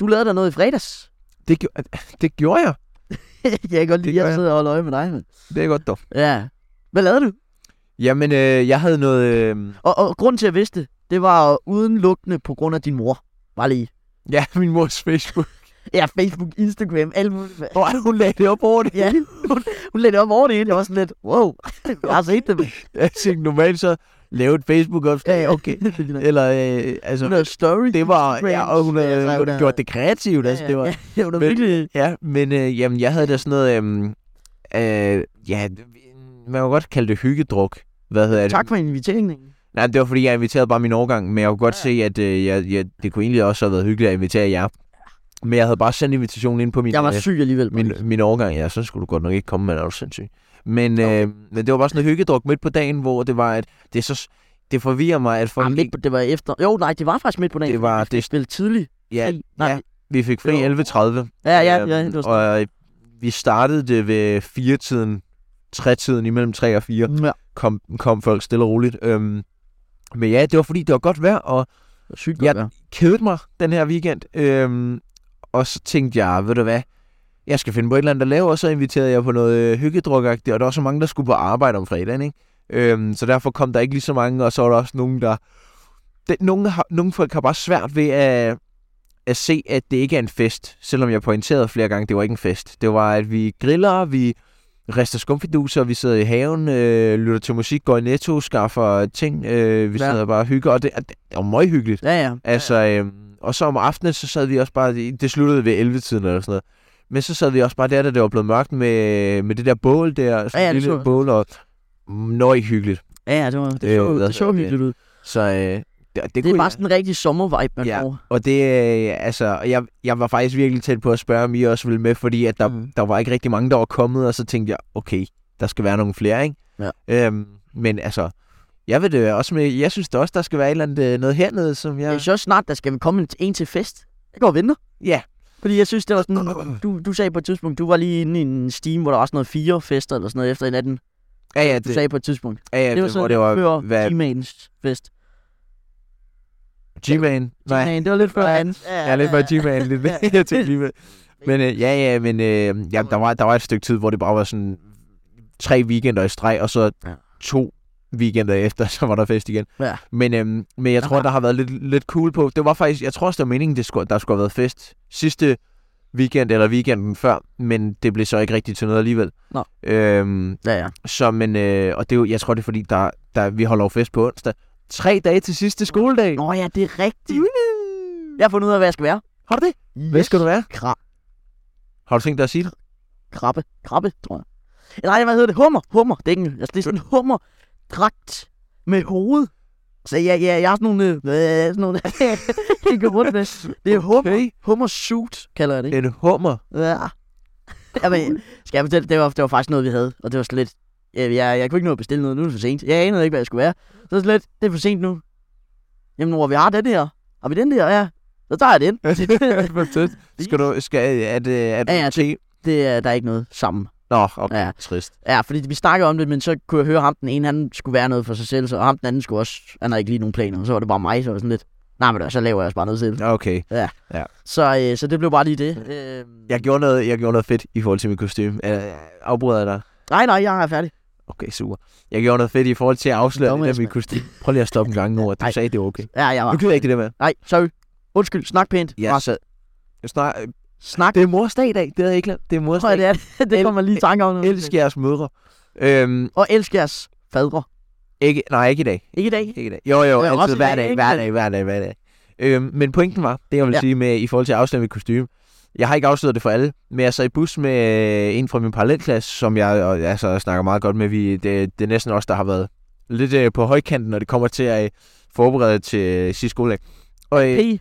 du lavede der noget i fredags.
Det, gjo- det gjorde jeg.
jeg kan godt lide,
gør
at jeg
jeg.
sidder og holder øje med dig, men...
Det er godt, dog.
Ja. Hvad lavede du?
Jamen, øh, jeg havde noget... Øh,
Og, og grunden til, at jeg vidste det, det var jo udelukkende på grund af din mor. Bare lige.
ja, min mors Facebook.
Ja, Facebook, Instagram, alt muligt.
Hvor hun lagde det op over det.
Ja, hun, hun lagde det op over det hele. Jeg var sådan lidt, wow, jeg har set det. mand.
Jeg tænkte, normalt så lave et Facebook-opslag.
Ja, okay.
Eller, øh,
Hun
altså...
havde story.
Det var... Ja, og hun
Ja, så
havde
hun
hun
havde-
gjort det kreativt, altså. Det var,
ja, hun er
Men-
virkelig...
Ja, men øh, jamen, jeg havde da sådan noget, øhm, øh, ja, man kan godt kalde det hyggedruk. Hvad hedder det?
Tak for inviteringen.
Nej, det var fordi, jeg inviterede bare min årgang, men jeg kunne godt
Ja,
ja, ja. se, at øh, jeg, jeg, det kunne egentlig også have været hyggeligt at invitere jer. Men jeg havde bare sendt invitationen ind på min,
Jeg var
øh,
syg alligevel. Ah,
min,
Marie.
min årgang. Ja, så skulle du godt nok ikke komme, men er du sindssyg. Men,
Okay.
okay. øh, men det var bare sådan noget hyggedruk midt på dagen, hvor det var, at det, er så, s- det forvirrer mig, at folk
Ah, midt
ikke,
på, det var efter... Jo, nej, det var faktisk midt på dagen.
det var,
Det
det,
spillede tidligt.
ja,
Fri. Nej.
ja, vi fik fri
Det var-
11.30.
Ja, ja,
Øhm,
ja. Det var sådan.
og øh, vi startede det ved firetiden, tretiden imellem tre og fire,
Ja.
kom, kom folk stille og roligt. Øhm, men ja, det var fordi, det var godt vejr, og
Det var Sygt
Ja.
godt, ja.
kedede mig den her weekend. Øhm, og så tænkte jeg, ved du hvad, jeg skal finde på et eller andet at lave, og så inviterede jeg på noget øh, hyggedrukagtigt, og der var så mange, der skulle på arbejde om fredagen, ikke? Øhm, så derfor kom der ikke lige så mange, og så var der også nogen, der... Den, nogle, har, nogle folk har bare svært ved at, at se, at det ikke er en fest, selvom jeg pointerede flere gange, det var ikke en fest. Det var, at vi griller, vi rister skumfiduser, vi sidder i haven, øh, lytter til musik, går i netto, skaffer ting, øh, vi
Ja.
ja. sidder bare og hygger, og det, og det, det var møghyggeligt.
Ja, ja.
Altså, øh, og så om aftenen, så sad vi også bare, det sluttede ved 11-tiden eller sådan noget. Men så sad vi også bare der, da det var blevet mørkt med, med det der bål der, sådan
Ja, ja,
ja,
det
lille
så-
bål, og nøj hyggeligt.
Ja, ja, det, var, det,
Det er
så,
jo-
det,
hvad
så
hedder det?
hyggeligt ud.
Så øh, det, det,
Det er
kunne
bare
jeg.
sådan en rigtig sommervibe, man
Ja.
får.
Og det, øh, altså, og jeg, jeg var faktisk virkelig tæt på at spørge, om I også ville med, fordi at der,
Mm.
mm. der var ikke rigtig mange, der var kommet, og så tænkte jeg, okay, der skal være nogle flere, ikke?
Ja.
Øhm, men altså, jeg vil det øh, også med, jeg synes da også, der skal være et eller andet, øh, noget hernede, som
Jeg
jeg...
synes også snart, der skal komme en, en til fest. Jeg går og venter.
Ja.
Fordi jeg synes, det var sådan... Du, du sagde på et tidspunkt, du var lige inde i en steam, hvor der var sådan noget fire fester eller sådan noget efter i natten.
Ja, ja,
Du
det,
sagde på et tidspunkt.
ja, ja,
det var
det, hvor
sådan
det var,
før
hvad,
G-Mans fest.
G-Man. Nej,
G-Man, det var lidt før
Nej.
hans.
jeg er lidt mere G-Man. Lidt mere, jeg tænkte lige med. Men øh, ja, ja, men øh, ja, der, var, der var et stykke tid, hvor det bare var sådan tre weekender i streg, og så
Ja.
to weekender efter, så var der fest igen.
Ja.
Men, øhm, men jeg tror, der har været lidt, lidt cool på. Det var faktisk, jeg tror også, det var meningen, det skulle, der skulle have været fest sidste weekend eller weekenden før, men det blev så ikke rigtigt til noget alligevel.
Nå.
Øhm,
Ja, ja.
så, men, øh, og det er jo, jeg tror, det er fordi, der, der, vi holder jo fest på onsdag. Tre dage til sidste skoledag.
Nå ja, det er rigtigt. Jeg har fundet ud af, hvad jeg skal være.
Har du det?
Yes.
Hvad skal du være?
Kra
Har du tænkt dig at sige det?
krabbe. Krabbe, tror jeg. Nej, hvad hedder det? Hummer. Hummer. Det er ikke en... Altså, det er sådan en hummerdragt med hoved. Så ja, ja, jeg har sådan nogle... Øh, øh, sådan nogle jeg går rundt med. Det er hummer.
Okay.
Hummer suit, kalder jeg det.
En hummer.
Ja. Jamen, skal jeg fortælle, det var, det var faktisk noget, vi havde, og det var slet... Jeg, jeg, jeg kunne ikke nå at bestille noget, nu er det for sent. Jeg anede ikke, hvad jeg skulle være. Så slet, det er for sent nu. Jamen, hvor vi har den her. Har vi den der? Ja. Så tager jeg den.
skal du, skal, er det, er det
Ja, ja,
te?
Det er der er ikke noget sammen.
Nå, op.
Ja.
trist.
Ja, fordi vi snakkede om det, men så kunne jeg høre ham, den ene, han skulle være noget for sig selv, så og ham den anden skulle også, han havde ikke lige nogen planer, så var det bare mig, så var jeg sådan lidt, nej, men da, så laver jeg også bare noget selv.
Okay.
Så, øh, så det blev bare lige det. Øh,
Jeg gjorde noget, jeg gjorde noget fedt i forhold til mit kostume. Jeg afbryder jeg dig.
Nej, nej, jeg er færdig.
Okay, super. Jeg gjorde noget fedt i forhold til at afsløre
Dumbass,
det der mit
mand.
kostume. Prøv lige at stoppe en gang nu, at du
Ej.
sagde, det var okay.
Ja, jeg
Nu
var.
gider jeg ikke det der med.
Nej, sorry. Undskyld, snak pænt.
Ja,
Bare
så... Jeg snak, øh,
Snak
det er mors dag i dag. Det havde jeg ikke glemt. Det er mors
tror jeg,
dag.
det er det. Det
El-
kommer lige i tanke om nu.
Elsk jeres mødre. Øhm,
Og elsk jeres fadre.
ikke, nej, ikke i dag.
Ikke i dag.
Ikke i dag. Jo, jo,
Ja,
altid
også i
hver
dag,
dag,
ikke?
hver dag, hver dag, hver dag. Øhm, men pointen var, det jeg vil
Ja.
ja. sige med, i forhold til at afsløre mit kostume, jeg har ikke afsløret det for alle, men jeg sad i bus med øh, en fra min parallelklasse, som jeg og, altså, jeg snakker meget godt med. Vi, det, det er næsten os, der har været lidt øh, på højkanten, når det kommer til at øh, forberede til øh, sidste skoledag. Og, øh,
P.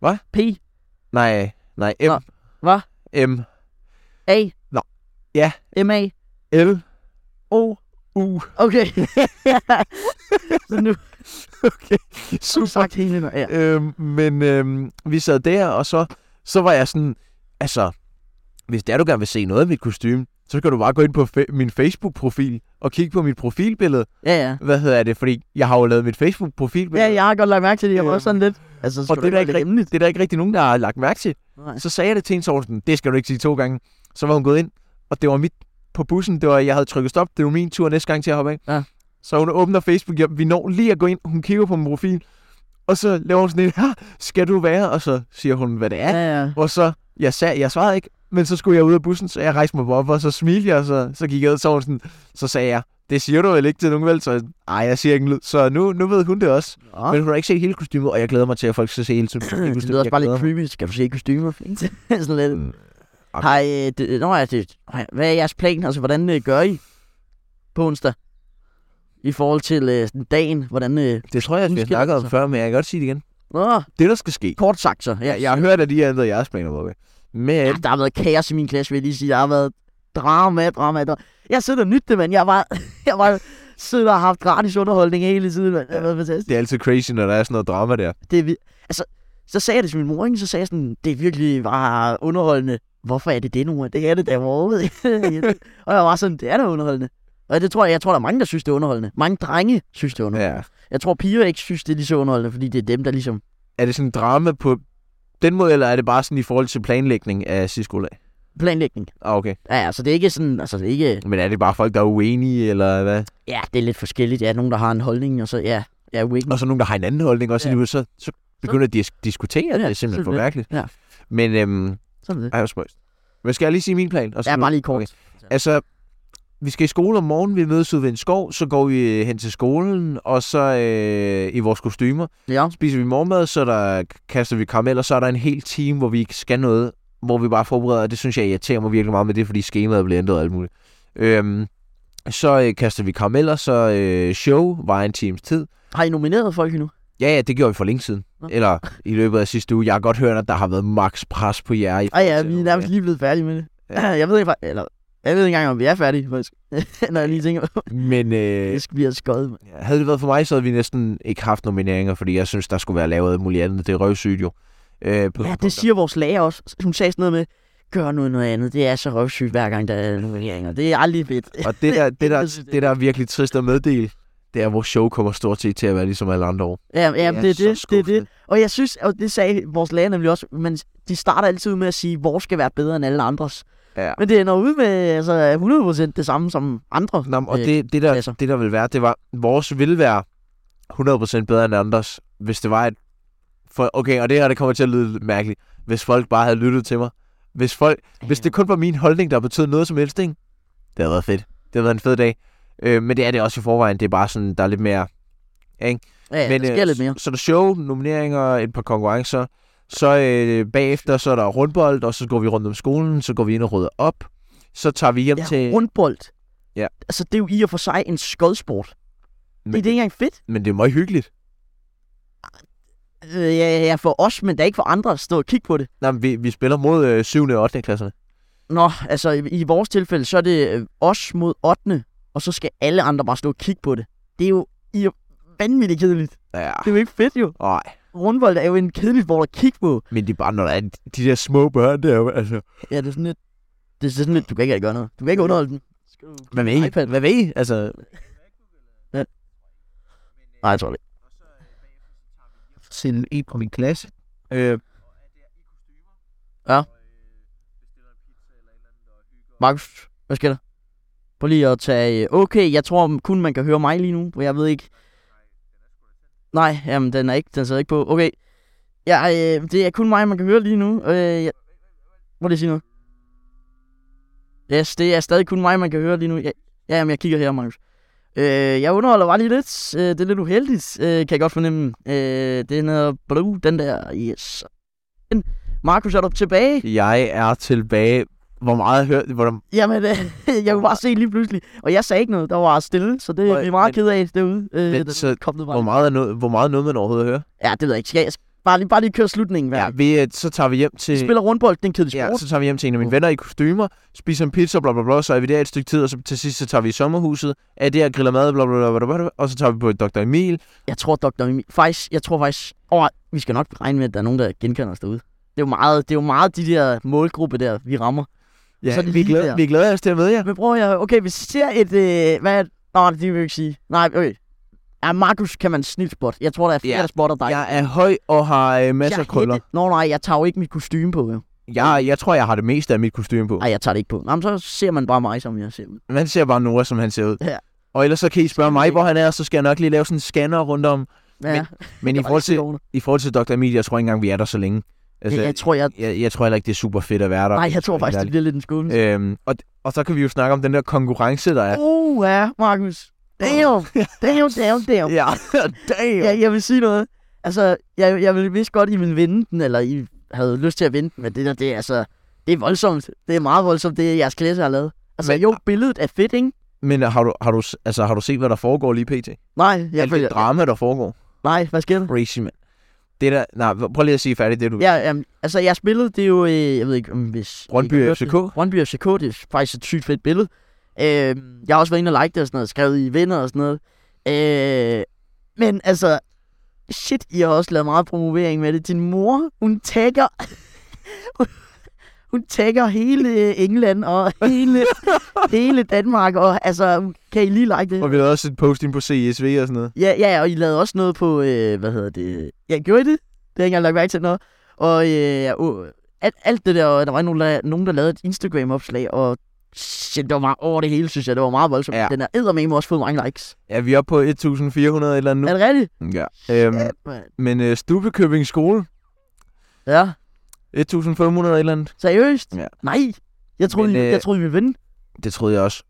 Hvad?
P.
nej, nej, M.
Nå, hvad?
M.
A.
Nå. Ja.
M-A.
L. O. U.
Okay. Så nu
Okay,
har du sagt hele nu. Ja.
øhm, men øhm, vi sad der, og så, så var jeg sådan, altså, hvis der du gerne vil se noget af mit kostume, så kan du bare gå ind på fe- min Facebook-profil og kigge på mit profilbillede.
ja, ja.
Hvad hedder det? Fordi jeg har jo lavet mit Facebook-profilbillede.
Ja, jeg har godt lagt mærke til det. Jeg var
Øhm,
også sådan lidt... Altså,
Og
skulle
det er, der ikke,
være
rigt- det er der ikke rigtig nogen, der har lagt mærke til.
Nej.
Så sagde jeg det til en Sorsen, det skal du ikke sige to gange. Så var hun gået ind, og det var mit på bussen, det var, jeg havde trykket stop, det var min tur næste gang til at hoppe af.
Ja.
Så hun åbner Facebook, jeg, vi når lige at gå ind, hun kigger på min profil, og så laver hun sådan et, "Ha, skal du være? Og så siger hun, hvad det er.
Ja, ja.
Og så, jeg, sag, jeg svarede ikke, men så skulle jeg ud af bussen, så jeg rejste mig op, og så smilte jeg, og så, så gik jeg ud, så, var hun sådan, så sagde jeg, det siger du vel ikke til nogen vel? Så nej, jeg siger ikke en lyd. Så nu, nu ved hun det også.
Nå,
Men hun har ikke set hele kostymet, og jeg glæder mig til, at folk skal se hele kostymet.
Det lyder også bare lidt creepy. Skal du se kostymer? sådan lidt.
Mm, ok.
Hej, øh, det, nå, ja, det, nå ja, hvad er jeres plan? Altså, hvordan øh, gør I på onsdag? I forhold til øh, sådan dagen, hvordan... Øh,
Det tror jeg, vi har
Undskyld,
snakket om
altså.
før, men jeg kan godt sige det igen.
nå,
Det, der skal ske.
kort sagt så.
Jeg, jeg har hørt, at de har ændret jeres planer, Bobby.
Ja,
Men
der har været kaos i min klasse, vil jeg lige sige. Der har været drama, drama, drama. Jeg sidder og nytte det, mand. Jeg var, jeg var sidder og har haft gratis underholdning hele tiden, mand. Det har været fantastisk.
det er altid crazy, når der er sådan noget drama der.
Det er, vi- altså, så sagde jeg det til min mor, ikke? så sagde jeg sådan, det er virkelig bare underholdende. Hvorfor er det det nu? Det er det da overhovedet. ikke." og jeg var sådan, det er da underholdende. Og det tror jeg, jeg tror, der er mange, der synes, det er underholdende. Mange drenge synes, det er underholdende.
Ja.
Ja. Jeg tror, piger ikke synes, det er lige så underholdende, fordi det er dem, der ligesom...
Er det sådan drama på den måde, eller er det bare sådan i forhold til planlægning af sidste skoledag?
Planlægning.
Ah, okay.
Ja, altså det er ikke sådan, altså det er ikke...
Men er det bare folk, der er uenige, eller hvad?
Ja, det er lidt forskelligt. Ja, nogen, der har en holdning, og så ja, ja, uenig.
Og så nogen, der har en anden holdning også,
Ja.
ja. så, så begynder de at dis- diskutere.
Ja,
Ja, det er simpelthen for
simpelthen.
mærkeligt.
Ja.
Men, øhm,
Sådan er det.
ej, hvor spøjst. Men skal jeg lige sige min plan? Og så
Ja,
nu-
bare lige kort.
Okay. Altså, vi skal i skole om morgenen, vi mødes ude ved en skov, så går vi øh, hen til skolen, og så øh, i vores kostymer,
Ja,
spiser vi morgenmad, så der kaster vi karamel, og så er der en hel time, hvor vi ikke skal noget, hvor vi bare forbereder, og det synes jeg irriterer mig virkelig meget med det, fordi skemaet bliver ændret og alt muligt. Øhm, så øh, kaster vi karameller, så øh, show var en times tid.
har I nomineret folk endnu?
Ja, ja, det gjorde vi for længe siden.
Nå.
Eller i løbet af sidste uge. Jeg har godt hørt, at der har været max pres på jer. i
Ej ja,
forhold til-
vi er nærmest lige blevet færdige med det.
Ja.
Jeg ved ikke, fa- eller, jeg ved ikke engang, om vi er færdige, faktisk. Når jeg lige tænker,
Men øh,
det skal blive skøjet. mand.
Ja, Havde det været for mig, så havde vi næsten ikke haft nomineringer, fordi jeg synes, der skulle være lavet alt muligt andet. Det er røvsygt jo. Øh, på
Ja, det siger vores lærer også. Hun sagde sådan noget med, gør nu noget andet. Det er så røvsygt hver gang, der er nomineringer. Det er aldrig fedt.
Og det der, det, der,
Jeg synes, det er-
det der er virkelig trist at meddele, det er, at vores show kommer stort set til at være ligesom alle andre år.
Ja, ja det, er
så
det, det er det.
skuffende.
Og jeg synes, og det sagde vores lærer nemlig også, men de starter altid ud med at sige, vores skal være bedre end alle andres.
Ja.
Men det ender ud med altså, 100% det samme som andre.
Nå, men og
Øh,
det, det, der,
klasser.
det der vil være, det var, vores vil være 100% bedre end andres, hvis det var et... For, okay, og det her det kommer til at lyde lidt mærkeligt. Hvis folk bare havde lyttet til mig, Hvis, folk, hvis det kun var min holdning, der betød noget som helst, ikke? det havde været fedt. Det havde været en fed dag. Øh, men det er det også i forvejen. Det er bare sådan, der er lidt mere...
Ja, ja,
men,
der sker
øh,
lidt mere.
Så, så der er show, nomineringer, et par konkurrencer. Så øh, bagefter, så er der rundbold, og så går vi rundt om skolen, så går vi ind og rydder op. Så tager vi hjem
Ja,
til...
rundbold.
Ja.
Altså, det er jo i og for sig en skodsport.
Men-
Men... Det er det ikke engang fedt.
Men det er meget hyggeligt.
Øh, ja, ja, for os, men der er ikke for andre at stå og kigge på det.
Nej, men vi, vi spiller mod øh, 7. og 8. klasserne.
Nå, altså i, i vores tilfælde, så er det øh, os mod 8. Og så skal alle andre bare stå og kigge på det. Det er jo i og vanvittigt kedeligt.
Ja,
Det er jo ikke fedt jo.
nej.
Rundbold er jo en kedelig sport at kigge på.
Men det er bare, når der er de der små børn der, altså.
Ja, det er sådan lidt... Det er sådan lidt, du kan ikke rigtig gøre noget. Du kan ikke underholde dem.
Hvad ved I?
iPad.
Hvad ved I? Altså,
Nej, jeg tror det ikke.
sende en på min klasse. Øh,
Markus, hvad sker der? Prøv lige at tage... øh, Okay, jeg tror kun man kan høre mig lige nu, for jeg ved ikke... Nej, jamen den er ikke, den sidder ikke på. Okay. Ja, øh, det er kun mig, man kan høre lige nu. Øh, jeg... Må det sige noget? Yes, det er stadig kun mig, man kan høre lige nu. Ja, ja jamen, jeg kigger her, Markus. Øh, jeg underholder bare lige lidt. Øh, det er lidt uheldigt, øh, kan jeg godt fornemme. Øh, det er noget blue, den der. Yes. Men, Markus, er du tilbage?
jeg er tilbage. Hvor meget hørte hvor,
Jamen, øh, jeg kunne bare se lige pludselig. Og jeg sagde ikke noget, der var stille, så det er
Øj,
vi meget
men-
ked af derude. Øh,
men
den
så-
kom ned
hvor,
vej.
meget er noget, hvor meget er noget, man overhovedet hører?
Ja, det ved jeg ikke. Skal jeg, bare, lige, bare lige køre slutningen.
Ja,
Ja.
vi, øh, så tager vi hjem til...
Vi spiller rundbold, den kedelige
Ja,
sport.
så tager vi hjem til en af mine venner i kostymer, spiser en pizza, bla bla bla, så er vi der et stykke tid, og så til sidst, så tager vi i sommerhuset, er der griller mad, bla bla bla, bla, bla, bla, og så tager vi på et Dr. Emil.
Jeg tror, Dr. Emil... Faktisk, jeg tror faktisk... Åh, vi skal nok regne med, at der er nogen, der genkender os derude. Det er jo meget, det er jo meget de der målgruppe der, vi rammer.
Ja,
Så er det
vi,
lige
glæder,
der.
vi glæder os til at møde jer.
Men bror, jeg... Okay, hvis vi ser et... Øh, hvad er det? Nå, det vil jeg ikke sige. Nej, okay. Ja, Markus kan man snilt spot. Jeg tror, der er flere,
Ja.
der spotter dig.
Jeg er høj og har øh, masser af
Jeg-
krøller.
Nå, nej, jeg tager jo ikke mit kostume på, jo.
Jeg, jeg tror, jeg har det meste af mit kostume på.
Nej, jeg tager det ikke på. Nå, men så ser man bare mig, som jeg ser ud.
Man ser bare Nora, som han ser ud.
Ja.
Og ellers så kan I spørge mig, hvor han er, så skal jeg nok lige lave sådan en scanner rundt om.
Ja,
Men- Men i
jeg
forhold, til,
til...
i forhold til Dr. Emil, jeg tror ikke engang, vi er der så længe. Altså,
Jeg tror, jeg...
jeg, jeg tror heller ikke, det er super fedt at være der.
Nej, jeg tror faktisk, det bliver lidt en skuffelse. Øh.
Øhm, og, og så kan vi jo snakke om den der konkurrence, der er.
Uh, ja, Markus. Damn, damn, damn, damn.
Ja, damn!
Jeg, jeg vil sige noget. Altså, jeg, jeg ville vist godt, I ville vinde den, eller I havde lyst til at vinde den, men det der, det er altså... Det er voldsomt. Det er meget voldsomt, det jeres klasse har lavet. Altså, men,
Men-
jo, billedet er fedt, ikke?
Men har du, har, du, altså, har du set, hvad der foregår lige pt?
Nej, jeg
Alt det drama, der foregår.
Nej, hvad sker der?
Crazy, man. Det der, nej, prøv lige at sige færdigt det, du
Ja, um, altså, jeres billede, det er jo... Øh, jeg ved ikke, om hvis...
Brøndby
I har hørt
FCK.
det. Brøndby FCK, det er faktisk et sygt fedt billede. Øh, jeg har også været inde og like det og sådan noget, skrevet i venner og sådan noget. Øh, men altså, shit, I har også lavet meget promovering med det. Din mor, hun tagger... hun tagger hele England og hele, hele Danmark, og altså, kan I lige like det?
Og vi lavede også et posting på CSV og sådan noget.
Ja, ja, og I lavede også noget på, øh, hvad hedder det? Ja, gjorde I det? Det har jeg ikke engang lagt mærke til noget. Og øh, ja, uh, alt, alt det der, og der var nogen, der, nogen, der lavede et Instagram-opslag, og shit, det var meget over det hele, synes jeg. Det var meget voldsomt. Ja.
Ja.
Den har eddermame også fået mange likes.
Ja, vi er oppe på 1400 et eller andet
Er
nu.
det rigtigt?
Ja. Øhm,
Ja, mand.
men øh, Stubekøbing skole,
Ja,
1500 et eller andet.
seriøst?
Ja.
Nej, jeg troede,
Men,
Men, øh...
øh,
jeg troede, vi ville vinde.
Det troede jeg også.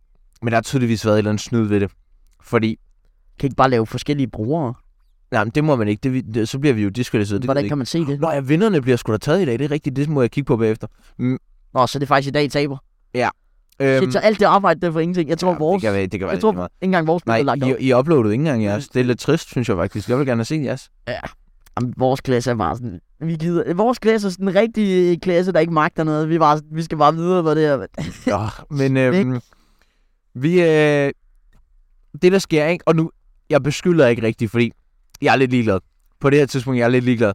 Men der har tydeligvis været et eller andet snyd ved det. Fordi,
Kan I ikke bare lave forskellige brugere?
nej, men det må man ikke. Det, vi- det, så bliver vi jo diskvalificeret. Det gider
Hvordan
jeg
kan man se det?
ikke. Nå ja, vinderne bliver sgu da taget i dag. Det er rigtigt. Det må jeg kigge på bagefter.
Nå, så det er faktisk i dag, I taber.
Øhm,
Shit, så alt det arbejde, der er for ingenting. Jeg tror,
ja,
vores...
Det kan være, det kan være
jeg tror,
lige meget.
ikke engang vores blev lagt
Nej,
op.
I, I uploadede ikke engang jeres. Det er lidt trist, synes jeg faktisk. Jeg vil gerne have set jeres.
Jamen, vores klasse er bare sådan, vi gider, vores klasse er sådan en rigtig øh, klasse, der ikke magter noget. Vi, bare, vi skal bare videre, hvor det er.
Ja, men øhm, vi... Øh, det, der sker, ikke? Og nu, jeg beskylder ikke rigtigt, fordi jeg er lidt ligeglad. På det her tidspunkt, jeg er lidt ligeglad.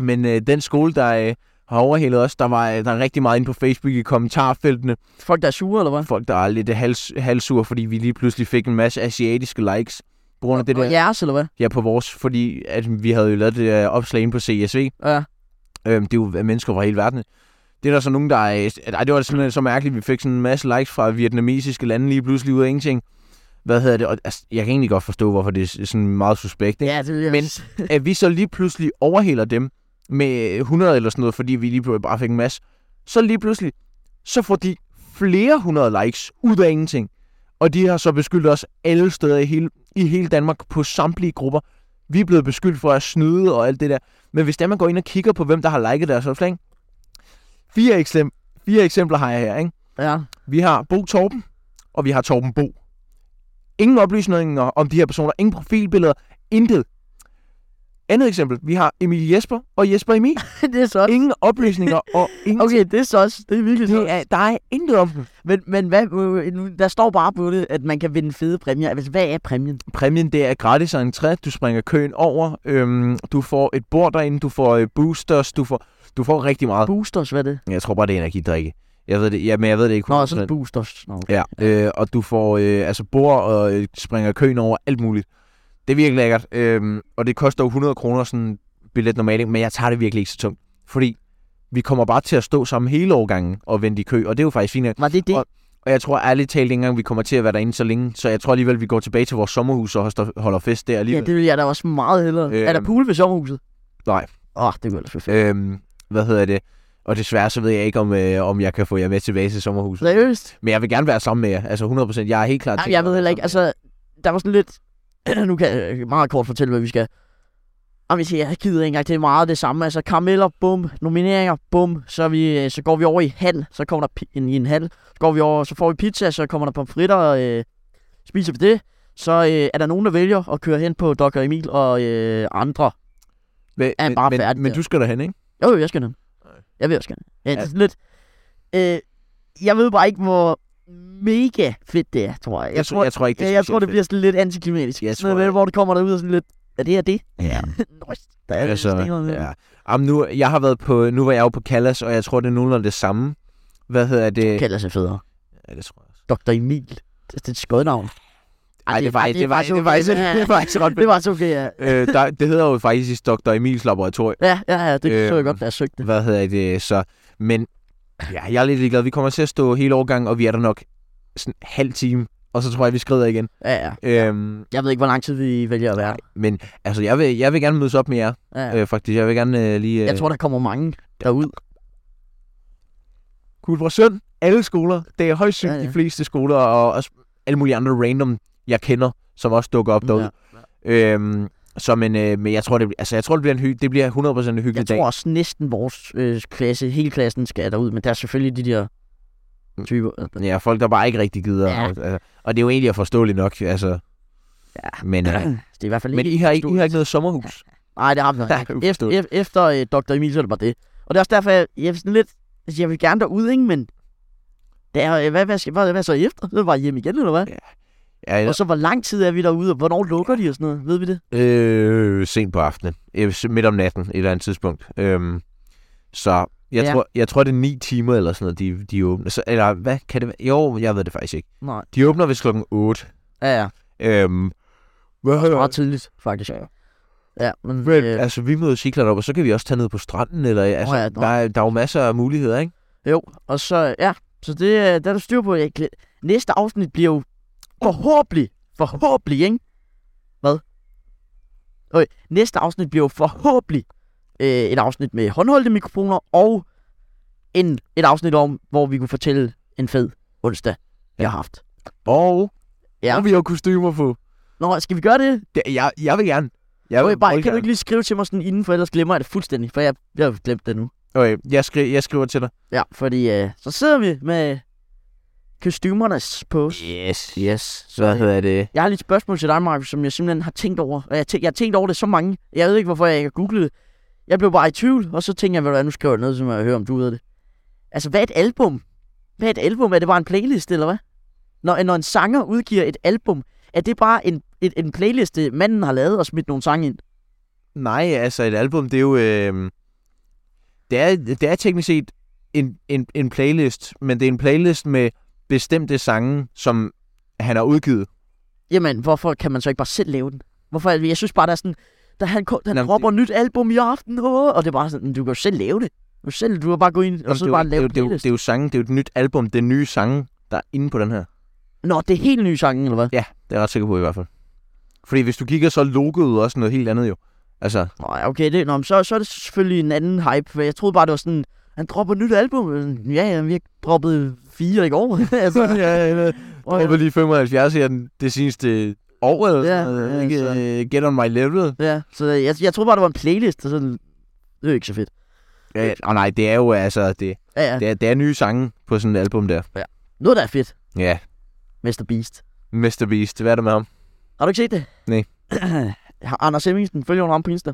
Men øh, den skole, der øh, har overhældet os, der var øh, der er rigtig meget inde på Facebook i kommentarfeltene.
Folk, der er sure, eller hvad?
Folk, der er lidt hals, halsur, fordi vi lige pludselig fik en masse asiatiske likes. På grund af det
Og
der,
jeres, eller hvad?
ja, på vores, fordi at vi havde jo lavet det der opslag inde på CSV.
Ja.
Øhm, det er jo mennesker fra hele verden. Det er der så nogen, der er... Ej, det var simpelthen så mærkeligt. Vi fik sådan en masse likes fra vietnamesiske lande lige pludselig ud af ingenting. Hvad hedder det? Og, altså, jeg kan egentlig godt forstå, hvorfor det er sådan meget suspekt. Ikke?
Ja, det vil jeg
Men-
også-
øh, At vi så lige pludselig overhælder dem med 100 eller sådan noget, fordi vi lige pludselig bare fik en masse. Så lige pludselig, så får de flere hundrede likes ud af ingenting. Og de har så beskyldt os alle steder i hele, i hele Danmark på samtlige grupper. Vi er blevet beskyldt for at snyde og alt det der. Men hvis der man går ind og kigger på, hvem der har liket deres opslag, ikke? fire, eksempl- fire eksempler har jeg her. Ikke?
Ja.
Vi har Bo Torben, og vi har Torben Bo. Ingen oplysninger om de her personer, ingen profilbilleder, intet. Andet eksempel, vi har Emil Jesper og Jesper Emil.
det er sådan.
Ingen oplysninger og ingen...
Okay, det er så Det er virkelig
Det
så.
er, der er intet om dem.
Men, men hvad, øh, nu- der står bare på det, at man kan vinde fede præmier. Altså, hvad er præmien?
Præmien, det er gratis entré. Du springer køen over. Øhm, du får et bord derinde. Du får øh, boosters. Du får, du får rigtig meget.
Boosters, hvad er det?
Jeg tror bare, det er energidrikke. Jeg ved det, ja, men jeg ved det ikke.
Nå, sådan
100%.
boosters. Nå, okay.
Ja, øh, og du får øh, altså bord og øh, springer køen over alt muligt. Det er virkelig lækkert, øhm, og det koster jo 100 kroner sådan en billet normalt, men jeg tager det virkelig ikke så tungt, fordi vi kommer bare til at stå sammen hele årgangen og vente i kø, og det er jo faktisk fint. nok.
Var det det?
Og- Og jeg tror ærligt talt ikke engang, vi kommer til at være derinde så længe, så jeg tror alligevel, vi går tilbage til vores sommerhus og hoster- holder fest der
Ja,
alligevel.
det vil jeg da også meget hellere.
Øhm.
Er der pool ved sommerhuset?
Nej.
Åh, oh, det kunne ellers være fedt.
Øhm, hvad hedder det? Og desværre så ved jeg ikke, om, øh, om jeg kan få jer med tilbage til sommerhuset.
Seriøst?
Men jeg vil gerne være sammen med jer, altså 100%. Jeg er helt klart
Jamen, jeg ved heller ikke, altså, der var sådan lidt, nu kan jeg meget kort fortælle, hvad vi skal. Jamen, jeg siger, jeg gider ikke engang, det er meget det samme, altså karameller, bum, nomineringer, bum, så, er vi, øh, så går vi over i handel, så kommer der pi- en, i en handel, så går vi over, så får vi pizza, så kommer der pomfritter, og øh, spiser vi det, så øh, er der nogen, der vælger at køre hen på Dr. Emil og øh, andre.
Men,
er
men,
bare
men,
færdig
men
der.
du skal derhen, ikke?
Jo, jo, jeg skal ned. Jeg vil også gerne. Ja, det er sådan lidt, øh, jeg ved bare ikke, hvor mega fedt det er, tror jeg.
Jeg, jeg, tror, jeg tror ikke, det
Ja,
er
jeg tror,
specielt
det bliver sådan lidt antiklimatisk.
Jeg
Jeg
tror,
tror,
jeg-
hvor det kommer derud og sådan lidt, er det her det?
Ja.
Nøjst, der er
Altså,
altså, ja.
Ja. Jamen, nu, jeg har været på, nu var jeg jo på Callas, og jeg tror, det er nogenlunde det samme. Hvad hedder det?
Kalder sig federe.
Ja, det tror jeg også.
Dr. Emil. Det er- det er et skødnavn.
Ej, det var
ej,
det var det var
faktisk okay.
det var ikke ret
Ja, Det var så okay, ja.
øh, der, det hedder jo faktisk Dr. Emils laboratorium.
Ja, ja, ja, det så jeg
Øhm.
godt, da jeg søgte.
Hvad hedder det så? Men ja, jeg er lidt ligeglad. Vi kommer til at stå hele årgangen, og vi er der nok sådan en halv time, og så tror jeg, vi skrider igen.
Ja, ja.
Øhm,
Jeg ved ikke, hvor lang tid vi vælger at være.
men altså, jeg vil, jeg vil gerne mødes op med jer,
Ja.
øh, faktisk. Jeg vil gerne øh, lige... Øh,
Jeg tror, der kommer mange derud.
Kulbrødsund, alle skoler. Det er højst
Ja,
synligt ja,
ja.
ja. de fleste skoler, og også alle mulige andre random, jeg kender, som også dukker op derude.
Ja.
Ja. Øhm, så men, øh, men jeg tror, det, bliver- altså, jeg tror, det bliver en hy- det bliver 100% en
Jeg
hyggelig dag.
tror også næsten vores øh, klasse, hele klassen skal derud, men der er selvfølgelig de der
Mm.
typer. øh,
Ja, folk, der bare ikke rigtig gider. Ja.
Ja.
Altså, og det er jo egentlig forståeligt nok. Altså. Ja. Men, øh,
Det er i hvert fald
men
ikke
I, har ikke, I har ikke noget sommerhus.
Nej, det har vi
Nej,
ikke. Efter,
uforståeligt.
ef- efter øh, Dr. Emil, så er det bare det. Og det er også derfor, jeg, jeg er sådan lidt... Altså, jeg vil gerne derud, ikke? Men... Det er, øh, hvad, hvad, skal, hvad, hvad så efter? Så er det bare hjem igen, eller hvad?
Ja,
Ja.
ja.
Og så, hvor lang tid er vi derude, og hvornår lukker de og sådan noget? Ved vi det?
Øh, sent på aftenen. Øh, s- Midt om natten, et eller andet tidspunkt. Øhm, så jeg, ja.
Ja.
tror, jeg tror, det er ni timer eller sådan noget, de, de åbner. Så, eller hvad kan det være? Jo, jeg ved det faktisk ikke.
Nej.
De åbner vist klokken 8.
Ja, ja.
Øhm, hvad
Det er meget tidligt, faktisk. Ja, ja men...
Men,
øh,
øh, altså, vi mødes helt klart op, og så kan vi også tage ned på stranden, eller altså,
ja, nå.
der, er, der er jo masser af muligheder, ikke?
Jo, og så... Ja, så det, øh, der er du styr på. Jeg glæ... Næste afsnit bliver jo forhåbentlig... Forhåbentlig, ikke? Hvad? Okay, næste afsnit bliver jo forhåbentlig øh, et afsnit med håndholdte mikrofoner, og en, et afsnit om, hvor vi kunne fortælle en fed onsdag, vi
Ja.
har haft.
Og,
Ja.
og vi har kostymer på.
Nå, skal vi gøre det?
Det, jeg, jeg vil gerne. Jeg
Okay, bare,
meget
kan du
gerne.
ikke lige skrive til mig sådan inden, for ellers glemmer jeg det fuldstændig, for jeg, jeg har glemt det nu.
Okay, jeg, skri, jeg skriver til dig.
Ja, fordi øh, så sidder vi med kostymernes pose.
Yes. Yes. Så hvad hedder det?
Jeg har lige et spørgsmål til dig, Markus, som jeg simpelthen har tænkt over. Og jeg, tæ- jeg har tænkt over det så mange. Jeg ved ikke, hvorfor jeg ikke har googlet det. Jeg blev bare i tvivl, og så tænkte jeg, ved du hvad, nu skriver jeg noget, som jeg hører, om du ved det. Altså, hvad er et album? Hvad er et album? Er det bare en playlist, eller hvad? Når, når en sanger udgiver et album, er det bare en, et, en playliste, manden har lavet og smidt nogle sange ind?
Nej, altså et album, det er jo... Øh, det, er, det er teknisk set en, en, en playlist, men det er en playlist med bestemte sange, som han har udgivet.
Jamen, hvorfor kan man så ikke bare selv lave den? Hvorfor? Jeg synes bare, der er sådan, der han, ko- han
Nå, men
dropper nyt album i aften, åh, og det er bare sådan, du kan jo selv lave det. Du, selv, du har bare gået ind og
Jamen,
så
det, er jo-
bare
det, er
lave
jo-
en
det, er jo-
playlist.
det er jo sange, det er jo et nyt album, det er nye sange, der er inde på den her.
Nå, det er helt nye sange, eller hvad?
Det er jeg ret sikker på i hvert fald. Fordi hvis du kigger, så er logoet også noget helt andet jo. Altså,
Nej, okay, det, nå, men så, så er det selvfølgelig en anden hype, for jeg troede bare, det var sådan, han dropper et nyt album. Ja, ja, vi har droppet fire i går. altså, ja, eller,
Jeg håber lige 75 her den, det seneste år, eller
Ja,
ja, sådan
ja,
noget. Ikke,
så-
øh, get on my level.
ja, så jeg, jeg troede bare, det var en playlist, og sådan, det er jo ikke så fedt.
Ja, og nej, det er jo altså, det,
Ja, ja.
det, er, det er nye sange på sådan et album der.
Noget, der er fedt,
Ja,
Mr. Beast.
Mr. Beast, hvad er der med ham?
Har du ikke set det?
Nej.
Anders Hemmingsen, følger du ham på Insta?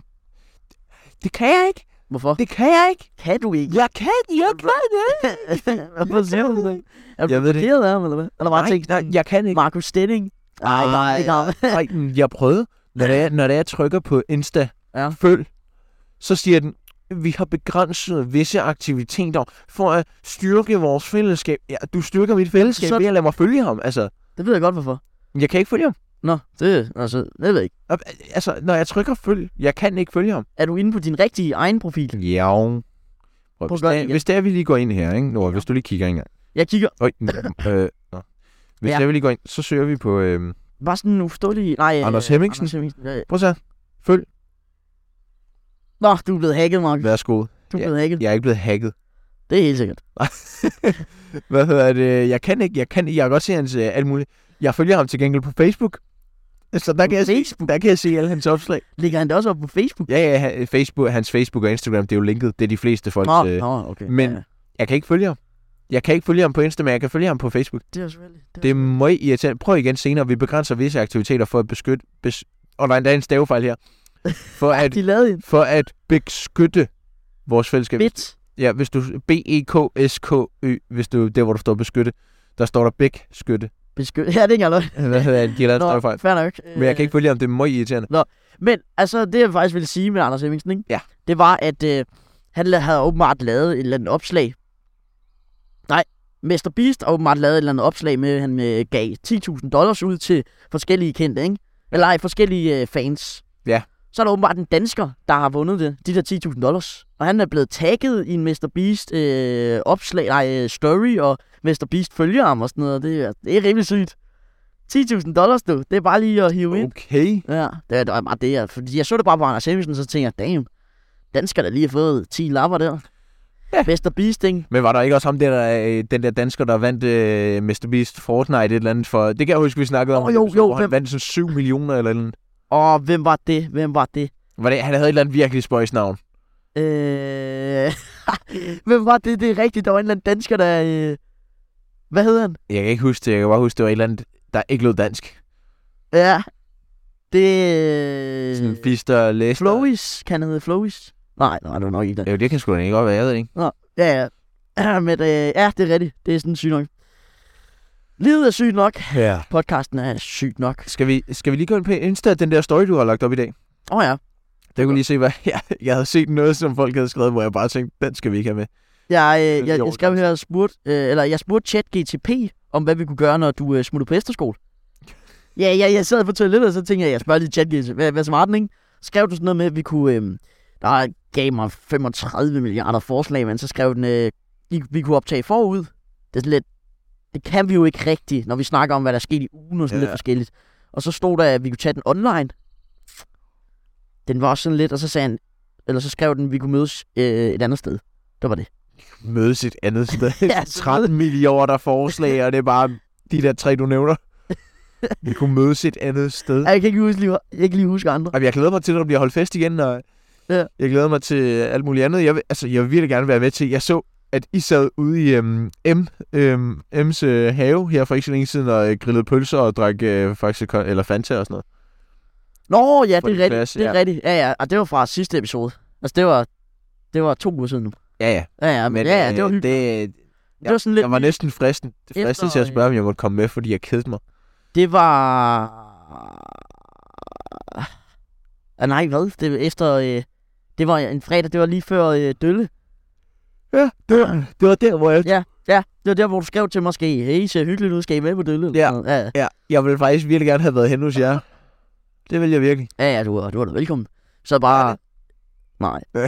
Det kan jeg ikke,
Hvorfor?
det kan jeg ikke.
Kan du ikke?
Jeg kan, jeg kan det.
Hvorfor siger du det? Er du
Jeg ved det ikke.
blokeret af ham, eller hvad? Eller bare tænkt,
nej, jeg kan ikke.
Markus Stenning? Nej, nej,
Ej,
ikke ham.
Nej, men jeg prøvede. Når det er, når det er, jeg trykker på Insta,
Ja.
ja. følg, så siger den, vi har begrænset visse aktiviteter for at styrke vores fællesskab. Ja, du styrker mit fællesskab
Så-
så... ved at lade mig følge ham. Altså,
Det ved jeg godt, hvorfor.
jeg kan ikke følge ham.
Nå, det, altså, det ved jeg ikke.
Og, Altså, når jeg trykker følg, jeg kan ikke følge ham.
Er du inde på din rigtige egen profil?
Ja. Prøv,
Prøv at
hvis,
gøre det
det, er-
igen.
hvis det er, vi lige går ind her, ikke? Nå, hvis du lige kigger engang.
Jeg kigger
Øj, n- øh, nå. Hvis
Ja.
ja. det er, vi lige går ind, så søger vi på... Øh,
bare sådan en uforståelig... Nej, øh,
Anders Hemmingsen?
Anders Hemmingsen. ja, ja.
prøv at se. her. Følg.
Nå, du er blevet hacket, Mark.
Værsgo.
Du er blevet hacket.
Jeg er ikke blevet hacket.
Det er helt sikkert.
Hvad hedder det? Jeg kan ikke, jeg kan ikke. Jeg kan godt se hans øh, alt muligt. Jeg følger ham til gengæld på Facebook. Så der kan, jeg se, der kan jeg se alle hans opslag.
Ligger han det også op på Facebook?
Ja, ja, han- Facebook, hans Facebook og Instagram, det er jo linket. Det er de fleste folk.
Nå,
Øh,
nå, okay.
men-
Ja,
jeg kan ikke følge ham. Jeg kan ikke følge ham på Insta, men jeg kan følge ham på Facebook.
det er selvfølgelig... Det er,
Det er meget irriterende. Prøv igen senere. Vi begrænser visse aktiviteter for at beskytte... Bes... Og nej, der er en stavefejl her. For at,
de lavede en
for at beskytte vores fællesskab.
bit.
Ja, hvis du... E B-E-K-S-K-Ø. Hvis du... Der, hvor du står beskytte. Der står der bæk skytte.
Beskyt. Ja, det er ikke engang løgn.
Hvad hedder det? De har lavet en stavefejl.
fair nok.
Men jeg kan
Øh,
ikke følge om det er meget irriterende.
Men altså, det jeg faktisk ville sige med Anders Hemmingsen, ikke?
Ja.
det var, at øh, han la- havde åbenbart lavet et eller andet opslag. Nej, Mr. Beast har åbenbart lavet et eller andet opslag med, at han øh, gav 10.000 dollars ud til forskellige kendte, ikke? Eller ej, forskellige øh, fans.
Ja.
Så er der åbenbart en dansker, der har vundet det, de der 10.000 dollars. Og han er blevet tagget i en Mr. Beast øh, opslag, nej, øh, story, og Mr. Beast følger ham og sådan noget. Det, er- det er rimelig sygt. 10.000 dollars, du. Det er bare lige at hive ind.
Okay.
Ja, det var- det var bare det, jeg, fordi jeg så det bare på Anders Hemmingsen, så tænkte jeg, damn, den skal da lige have fået 10 lapper der. Ja.
Ja.
Mester Beasting.
Men var der ikke også ham der, der øh, den der dansker, der vandt øh, Mr. Beast Fortnite et eller andet for... Det kan jeg huske, vi snakkede om.
Åh, jo,
Så,
jo,
hvor
hvem-
Han vandt sådan 7 millioner eller et eller andet.
Og hvem var det? Hvem var det?
Var det, han havde et eller andet virkelig spøjs navn.
Øh... hvem var det? Det er rigtigt, der var en eller anden dansker, der... Øh... Hvad hed han?
Jeg kan ikke huske det. Jeg kan bare huske, det var et eller andet, der ikke lød dansk.
Ja, det... Øh,
Sådan Fister og Læster.
Flowies, kan han hedde Flowies? Nej, nej, det var nok ikke den.
Jo, det kan sgu da ikke godt være. Jeg ved det ikke.
Ja, ja. Men, øh, ja, det er rigtigt. Det er sådan sygt nok. Livet er sygt nok.
Ja.
Podcasten er sygt nok.
Skal vi, skal vi lige gå ind på Insta, den der story, du har lagt op i dag?
Åh oh, ja.
Der kunne jeg lige se, hvad jeg, jeg havde set noget, som folk havde skrevet, hvor jeg bare tænkte, den skal vi ikke have med.
Jeg, øh,
er
jeg,
lige
jeg skrev her og spurgte, øh, eller jeg spurgte chat GTP, om hvad vi kunne gøre, når du øh, smuttede på efterskole. Ja, jeg, jeg sad på toilettet, og så tænkte jeg, jeg spørger lige chat GTP, hvad, hvad smarten, ikke? Skrev du sådan noget med, at vi kunne, øh, der gav mig 35 milliarder forslag, men så skrev den, øh, vi, vi kunne optage forud. Det er sådan lidt, det kan vi jo ikke rigtigt, når vi snakker om, hvad der er sket i ugen og sådan
Ja.
ja. lidt forskelligt. Og så stod der, at vi kunne tage den online. Den var også sådan lidt, og så sagde han, eller så skrev den, at vi kunne mødes øh, et andet sted. Det var det.
Mødes et andet sted.
Ja,
ja,
så
13 millioner forslag, og det er bare de der tre, du nævner. Vi kunne mødes et andet sted.
Ej, Jeg kan ikke huske, lige- jeg kan lige huske andre.
Jamen, jeg glæder mig til, at der bliver holdt fest igen, og
Ja.
ja. jeg glæder mig til alt muligt andet. Jeg vil, altså, jeg vil virkelig gerne være med til. Jeg så, at I sad ude i øhm, M, øhm, M's øh, have her for ikke så længe siden, og øh, grillede pølser og drak øh, faktisk, eller Fanta og sådan noget.
Nå, ja,
For
det
din
er rigtigt.
klasse,
det er
ja.
rigtigt. Ja, ja. Og det var fra sidste episode. Altså, det var, det var to uger siden nu.
Ja, ja.
Ja, ja, men, ja, ja, det var hyggeligt.
øh, det,
Det, det var sådan lidt...
Jeg var næsten fristen,
Efter,
fristen til at spørge, om jeg måtte komme med, fordi jeg kedede mig.
Det var... Ah, nej, hvad? Det var efter... Øh, det var en fredag, det var lige før øh, Dølle.
Ja, det var, det var der, hvor jeg...
Ja, ja. Det var der, hvor du skrev til mig, skal I, hey, I ser hyggeligt ud, skal I med på Dølle?
Ja.
Ja, ja.
Ja, jeg ville faktisk virkelig gerne have været henne hos jer. Det vil jeg virkelig.
Ja, ja, du var, du var da velkommen. Så bare... Nej.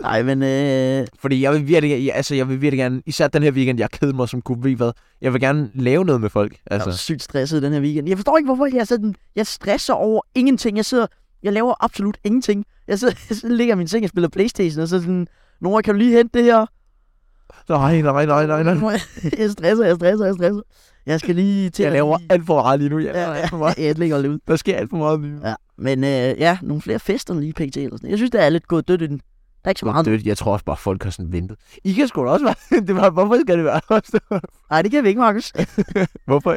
Nej, men... Øh,
Fordi jeg vil virkelig, jeg, altså, jeg vil virkelig gerne, især den her weekend, jeg kedede mig som kunne blive hvad. Jeg vil gerne lave noget med folk.
Jeg er
Altså.
sygt stresset den her weekend. Jeg forstår ikke, hvorfor jeg, er sådan, jeg stresser over ingenting. Jeg sidder, Jeg laver absolut ingenting. Jeg sidder, jeg sidder ligger i min seng og spiller Playstation, og så sådan, Nora, kan du lige hente det her?
Nej, nej, nej, nej, nej.
jeg stresser, jeg stresser, jeg stresser. Jeg skal lige til
Jeg laver alt for meget lige nu. Jeg
Ja,
laver alt for meget.
ja, jeg ligger lidt ud.
Der sker alt for meget lige nu.
Ja, men øh, ja, nogle flere fester lige pt. Eller sådan. Jeg synes, det er lidt gået dødt i den. Der er ikke så meget.
Dødt. Jeg tror også bare, folk har sådan ventet. I kan sgu da også være. Det var, hvorfor skal det være os?
Nej, det kan vi ikke, Markus.
hvorfor?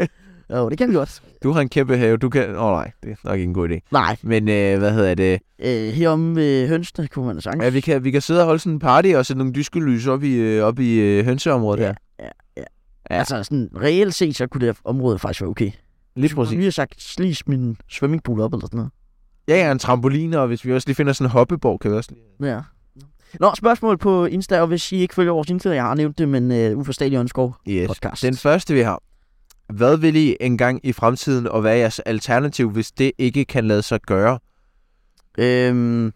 Jo, det kan vi godt.
Du har en kæmpe have. Du kan... Åh oh, nej, det er nok ikke en god idé.
Nej,
Men øh, hvad hedder det?
øh, heromme ved hønsene kunne man sagtens.
Ja, vi kan, vi kan sidde og holde sådan en party og sætte nogle dyskelys op i, øh, op i øh, hønseområdet her. ja.
Altså sådan reelt set, så kunne det her område faktisk være okay.
Lige
Præcis.
præcis.
Vi har sagt, slis min swimmingpool op eller sådan noget.
Ja, ja, en trampolin, og hvis vi også lige finder sådan en hoppeborg, kan vi også lige...
Ja. Nå, spørgsmål på Insta, og hvis I ikke følger vores Insta, jeg har nævnt det, men øh, uforståelig åndskov
Yes.
podcast.
Den første, vi har. Hvad vil I engang i fremtiden, og hvad er jeres alternativ, hvis det ikke kan lade sig gøre?
Øhm,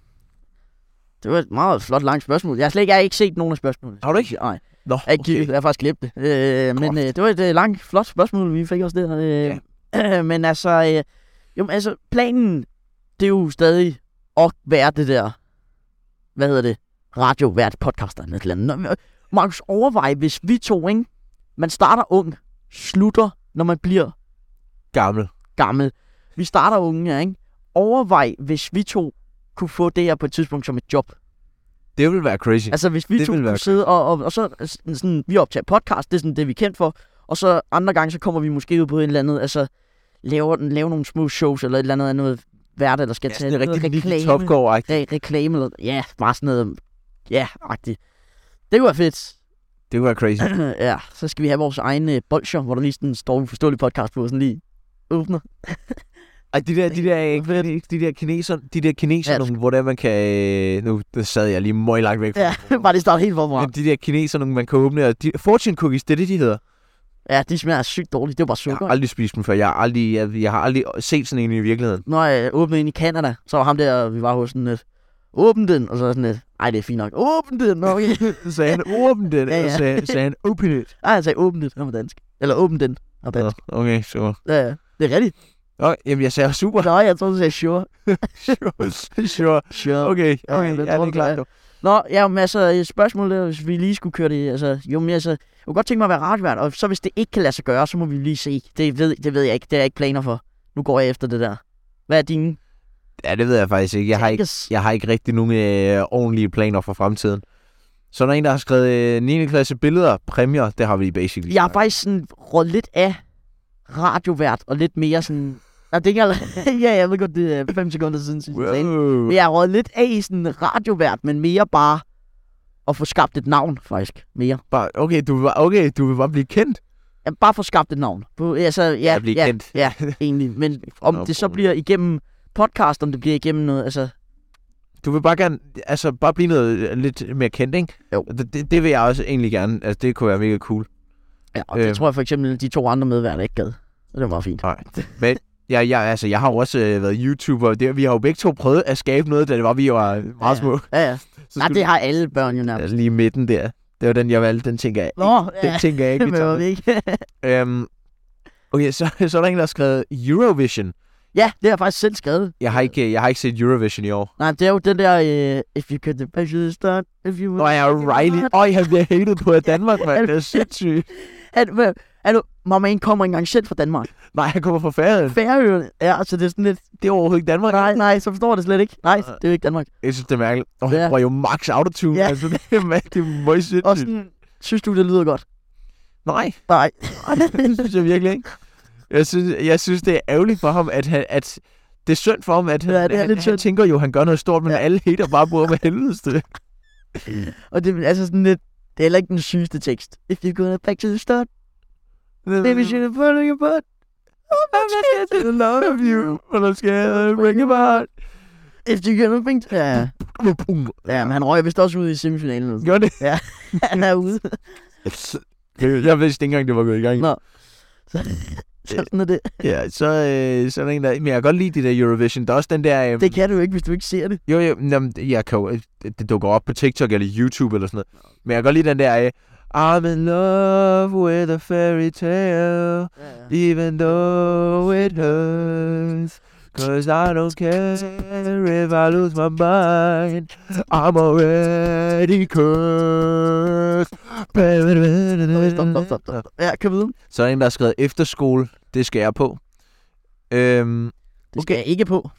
det var et meget flot langt spørgsmål. Jeg har slet ikke, jeg har ikke set nogen af spørgsmålene.
Har du ikke?
Nej,
Nå,
jeg, okay. jeg har faktisk glemt det. Øh, men øh,
Groft.
det var et øh, langt, flot spørgsmål, vi fik også der. Øh, ja. men altså, øh, jo, men altså, planen, det er jo stadig at være det der, hvad hedder det, radiovært podcaster eller et eller andet. Nå, men, øh, Markus, overvej, hvis vi to, ikke? Man starter ung, slutter, når man bliver
Gammel.
gammel. Vi starter unge her, ikke? Overvej, hvis vi to kunne få det her på et tidspunkt som et job.
Det vil være crazy.
Altså, hvis vi
Det
det to
ville være
kunne sidde og, og, og så øh, sådan, sådan, vi optager podcast, det er sådan det, vi er kendt for. Og så andre gange, så kommer vi måske ud på en eller anden, altså, laver, laver nogle små shows eller et eller andet af noget vært, eller skal
ja,
tage
sådan en
noget
rigtig lille
reklame,
topgård
re- reklame, eller, ja, bare sådan noget, ja, agtigt. Det kunne være fedt.
Det kunne være crazy.
ja, så skal vi have vores egne øh, bolsjer, hvor der lige sådan står en forståelig podcast på, sådan lige åbner.
Ej, de der, de der, ikke, de, de der kineser, de der kineser,
Ja.
nogle, hvor der man kan... øh, Nu der sad jeg lige møg langt væk fra
Ja,
mikrofonen.
bare det starter helt forfra.
Men de der kineser, nogle, man kan åbne, og de, fortune cookies, det er det, de hedder.
Ja, de smager sygt dårligt. Det var bare
Jeg har
sukker.
aldrig spist dem før. Jeg har aldrig, jeg, jeg har aldrig set sådan en i virkeligheden.
Når jeg åbnede ind i Canada, så var ham der, vi var hos sådan lidt, åbn den, og så sådan lidt, ej, det er fint nok, åbn den, Nå, okay.
Så sagde han, åbn den,
Ja, ja.
og sagde, sagde han, open it.
ej, jeg sagde, åbn den, han var dansk. Eller åbn den, og
Nå,
dansk.
Okay, super.
Ja, ja. Det er rigtigt.
Nå, jamen, jeg sagde super.
Nå, jeg tror, du sagde sure.
sure, sure.
Sure. Okay.
Okay,
Ja,
okay,
det
ja, det er
tror jeg,
klart.
ja.
dog.
Nå, ja, men altså, spørgsmål der, hvis vi lige skulle køre det, altså, jo, men altså, jeg kunne godt tænke mig at være radiovært, og så hvis det ikke kan lade sig gøre, så må vi lige se. Det ved, det ved jeg ikke, det er jeg ikke planer for. Nu går jeg efter det der. Hvad er dine?
Ja, det ved jeg faktisk ikke. Jeg har ikke,
tankes?
jeg har ikke rigtig nogen øh, ordentlige planer for fremtiden. Så er der en, der har skrevet øh, 9. klasse billeder, præmier, det har vi basically.
Jeg har faktisk sådan råd lidt af radiovært, og lidt mere sådan... Nå, det kan jeg... ja, jeg ved godt, det er fem sekunder siden sidst. jeg sagde det.
Wow.
Men jeg har råd lidt af i sådan radiovært, men mere bare at få skabt et navn, faktisk. Mere.
Bare, okay, du vil bare, okay, du vil bare blive kendt.
Ja, bare få skabt et navn. På, altså, ja,
at blive
ja,
kendt.
ja, egentlig. Men om det så
Navn.
bliver igennem podcast, om det bliver igennem noget, altså...
Du vil bare gerne, altså bare blive noget øh, lidt mere kendt, ikke?
Jo.
Det, det, det vil jeg også egentlig gerne. Altså, det kunne være mega cool.
Ja, og det
Øh.
tror jeg for eksempel, de to andre medværter ikke gad. Så det var fint.
Nej. Men jeg, jeg, altså, jeg har jo også øh, været YouTuber. og Det, vi har jo begge to prøvet at skabe noget, da det var, vi var meget små.
Ja, ja.
Så
Nej,
skulle-
det har alle børn jo nærmest.
Altså lige i midten der. Det var den, jeg valgte. Den tænker jeg,
Nå, ja,
den tænker jeg ikke,
det
vi
var
tager.
vi ikke.
Øhm, okay, så, så er der en, der har skrevet Eurovision.
ja, det har jeg faktisk selv skrevet.
Jeg har, ikke, jeg har ikke set Eurovision i år.
Nej, det er jo den der, øh, if you could the best start, if you
Nå, jeg er Riley. Øj, han bliver hated på af Danmark, mand. Det er sindssygt.
Er, du- hvad- er du, mamma en kommer ikke engang selv fra Danmark.
Nej, han kommer fra Færøen.
Færøerne, ja, altså det er sådan lidt,
Det er overhovedet ikke Danmark.
nej, nej, så forstår jeg det slet ikke. Nej, det er jo ikke Danmark.
Jeg synes, det er mærkeligt. Og han
Ja.
bruger jo max autotune.
Ja.
Altså, det er, mand, det er meget
Og
sindssygt.
sådan, synes du, det lyder godt?
Nej,
Nej.
det synes jeg virkelig ikke. Jeg synes, jeg synes det er ærgerligt for ham, at, han, at det er synd for ham, at han,
Ja, det er
han,
lidt
han
synd.
tænker jo, at han gør noget stort, men
Ja.
alle hater bare bruger med helvedes til det.
Og det er altså sådan lidt, det er heller ikke den sygeste tekst. If you could back to the start, baby, should have put on your butt. Oh, I'm scared to love you.
But I'm scared break your heart.
If you could think... Ja, ja.
Pum, pum.
ja, men han røg vist også ud i semifinalen. eller sådan.
Gør det?
Han er ude.
Jeg vidste ikke engang, det var gået i gang.
Nå. Sådan er det.
Ja, så, øh, så er der en, der... Men jeg kan godt lide det der Eurovision. Der er også den der... Øh,
Det kan du jo ikke, hvis du ikke ser det.
Jo, jo, jamen, jeg kan jo, det, det dukker op på TikTok eller YouTube eller sådan noget. Men jeg kan godt lide den der... Øh, I'm in love with a fairy tale,
Ja, ja.
even though it hurts. Cause I don't care if I lose my mind. I'm already cursed.
Stop, stop, stop, stop. Ja, kan vide.
Så er der en, der har skrevet efterskole. Det skal jeg på. Øhm,
Det skal okay. jeg ikke på.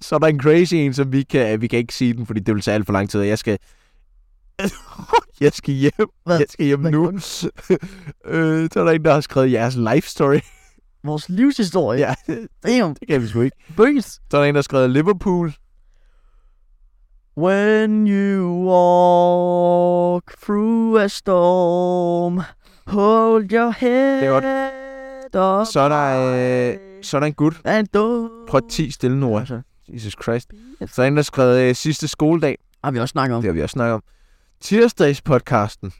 så er der en crazy en, som vi kan, vi kan ikke sige den, fordi det vil tage alt for lang tid. og Jeg skal... jeg skal hjem.
Hvad?
Jeg skal hjem
Hvad
nu.
gjorde
øh, så er der en, der har skrevet jeres life story.
Vores livshistorie.
ja,
Damn.
det kan vi sgu ikke.
Bøs.
Så er der en, der har skrevet Liverpool.
When you walk through a storm, hold your head
er godt.
up
Så er der, øh,
high
så er der en gut.
and don't
Prøv at ti stille nu, altså. Jesus Christ. Så er der en, der har skrevet øh, sidste skoledag.
Har vi også snakket om.
Det har vi også snakket om. Tirsdagspodcasten.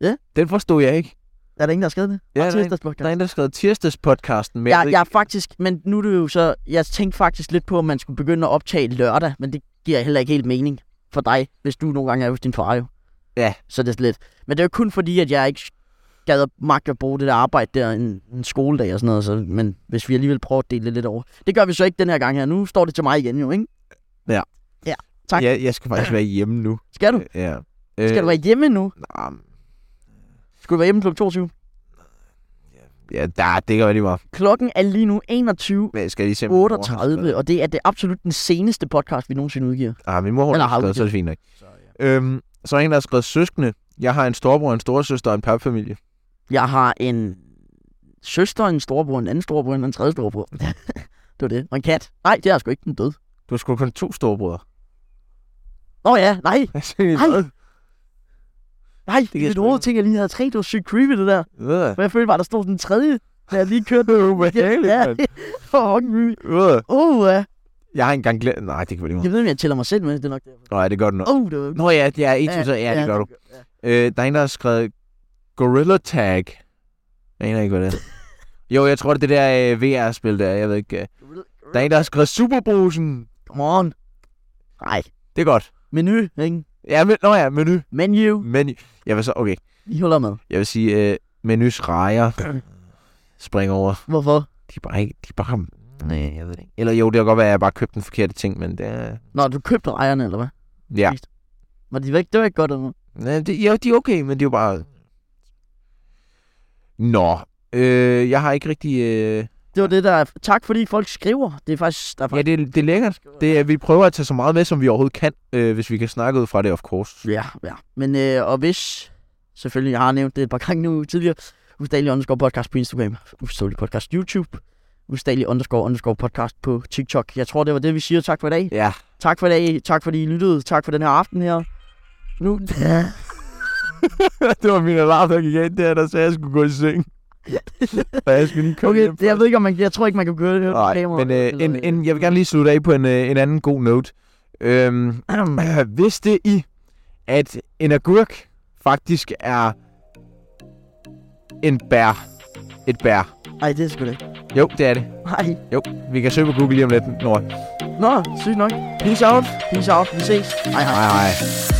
Ja.
Den forstod jeg ikke.
Er der ingen, der har skrevet det?
Ja, der er en,
Tirsdagspodcast.
der er en, der har skrevet tirsdagspodcasten. Men jeg
Jeg,
ved
jeg er faktisk, men nu er det jo så, jeg tænkte faktisk lidt på, om man skulle begynde at optage lørdag, men det giver heller ikke helt mening for dig, hvis du nogle gange er hos din far jo.
Ja.
Så det er lidt. Men det er jo kun fordi, at jeg ikke gad at magt at bruge det der arbejde der en, en skoledag og sådan noget, så, men hvis vi alligevel prøver at dele det lidt over. Det gør vi så ikke den her gang her. Nu står det til mig igen jo, ikke? tak.
Jeg, jeg skal faktisk være hjemme nu.
Skal du?
Ja.
Skal du være hjemme nu?
Øh, nej, men-
Skal du være hjemme kl. 22?
Ja, der, det kan være lige meget.
Klokken er lige nu 21.
Men jeg skal lige se, om min mor har skrevet-
38, og det er det absolut den seneste podcast, vi nogensinde udgiver.
Ah, min mor hun
Eller
har
har
skrevet,
udgivet.
så er det fint nok. Øhm, så er der en, der har skrevet søskende. Jeg har en storbror, en storesøster og en papfamilie.
Jeg har en søster, en storebror, en anden storebror, en anden tredje storebror. det var det. Og en kat. Nej, det er sgu ikke den død.
Du har sgu kun to storebrødre.
Nå ja, nej,
Hvad siger I?
Ej.
Hvad?
nej. Det,
kan
det
jeg
er
sgu
noget
ikke.
ting, jeg lige havde tre. Det var sygt creepy, det der.
Hvad?
For jeg følte bare, der stod den tredje, da jeg lige kørte.
Det er ubehageligt,
ja,
mand.
det var fucking creepy.
Hvad?
Oh, ja.
Jeg har engang glemt... Nej, det kan være lige meget.
Jeg ved, om jeg tæller mig selv med. Det er nok det.
Nej, det gør du nok.
Oh, det var...
Nå ja, det er en, ja, ja, det gør du.
Ja.
Øh, der er en, der har skrevet Gorilla Tag. Jeg aner ikke, hvad det er. Jo, jeg tror, det er det der øh, VR-spil der. Jeg ved ikke. Øh. Der er en, der har skrevet Superbrusen.
Come on. Nej.
Det er godt.
Menu, ikke?
Ja, men, nå ja, menu.
Menu.
Menu. Jeg vil så, okay.
Vi holder med.
Jeg vil sige, øh, menus rejer. Spring over.
Hvorfor?
De er bare ikke, de er bare... Nej, jeg ved det ikke. Eller jo, det kan godt være, at jeg bare købte den forkerte ting, men det er...
Nå, du købte ejerne, eller hvad?
Ja.
Var de væk? Det var ikke godt, eller hvad?
Nej, det, jo, de er okay, men det er jo bare... Nå, øh, jeg har ikke rigtig... Øh...
Det var det, der... er- Tak fordi folk skriver. Det er faktisk... Der er
Ja,
faktisk...
det, er- det er lækkert. Det er, vi prøver at tage så meget med, som vi overhovedet kan, øh, hvis vi kan snakke ud fra det, of course.
Ja, ja. Men øh, og hvis... Selvfølgelig, jeg har nævnt det et par gange nu tidligere. Ustalig underscore podcast på Instagram. Ustalig podcast YouTube. Ustalig underscore underscore podcast på TikTok. Jeg tror, det var det, vi siger. Tak for i dag.
Ja.
Tak for i dag. Tak fordi I lyttede. Tak for den her aften her. Nu... Ja.
det var min alarm, der gik ind der, der sagde, at jeg skulle gå i seng. Og jeg skulle lige komme
Okay,
hjem
det, jeg ved ikke, om man... Jeg tror ikke, man kan gøre det her på
Nej,
kamera.
men øh,
Eller,
en, en, jeg vil gerne lige slutte af på en, øh, en anden god note. Øhm, vidste I, at en agurk faktisk er en bær? Et bær.
Ej, det er sgu det. ikke.
Jo, det er det.
Ej.
Jo, vi kan søge på Google lige om lidt. Nå,
Nå, sygt nok.
peace out.
Peace out. Vi ses. Hej, hej.
Hej hej.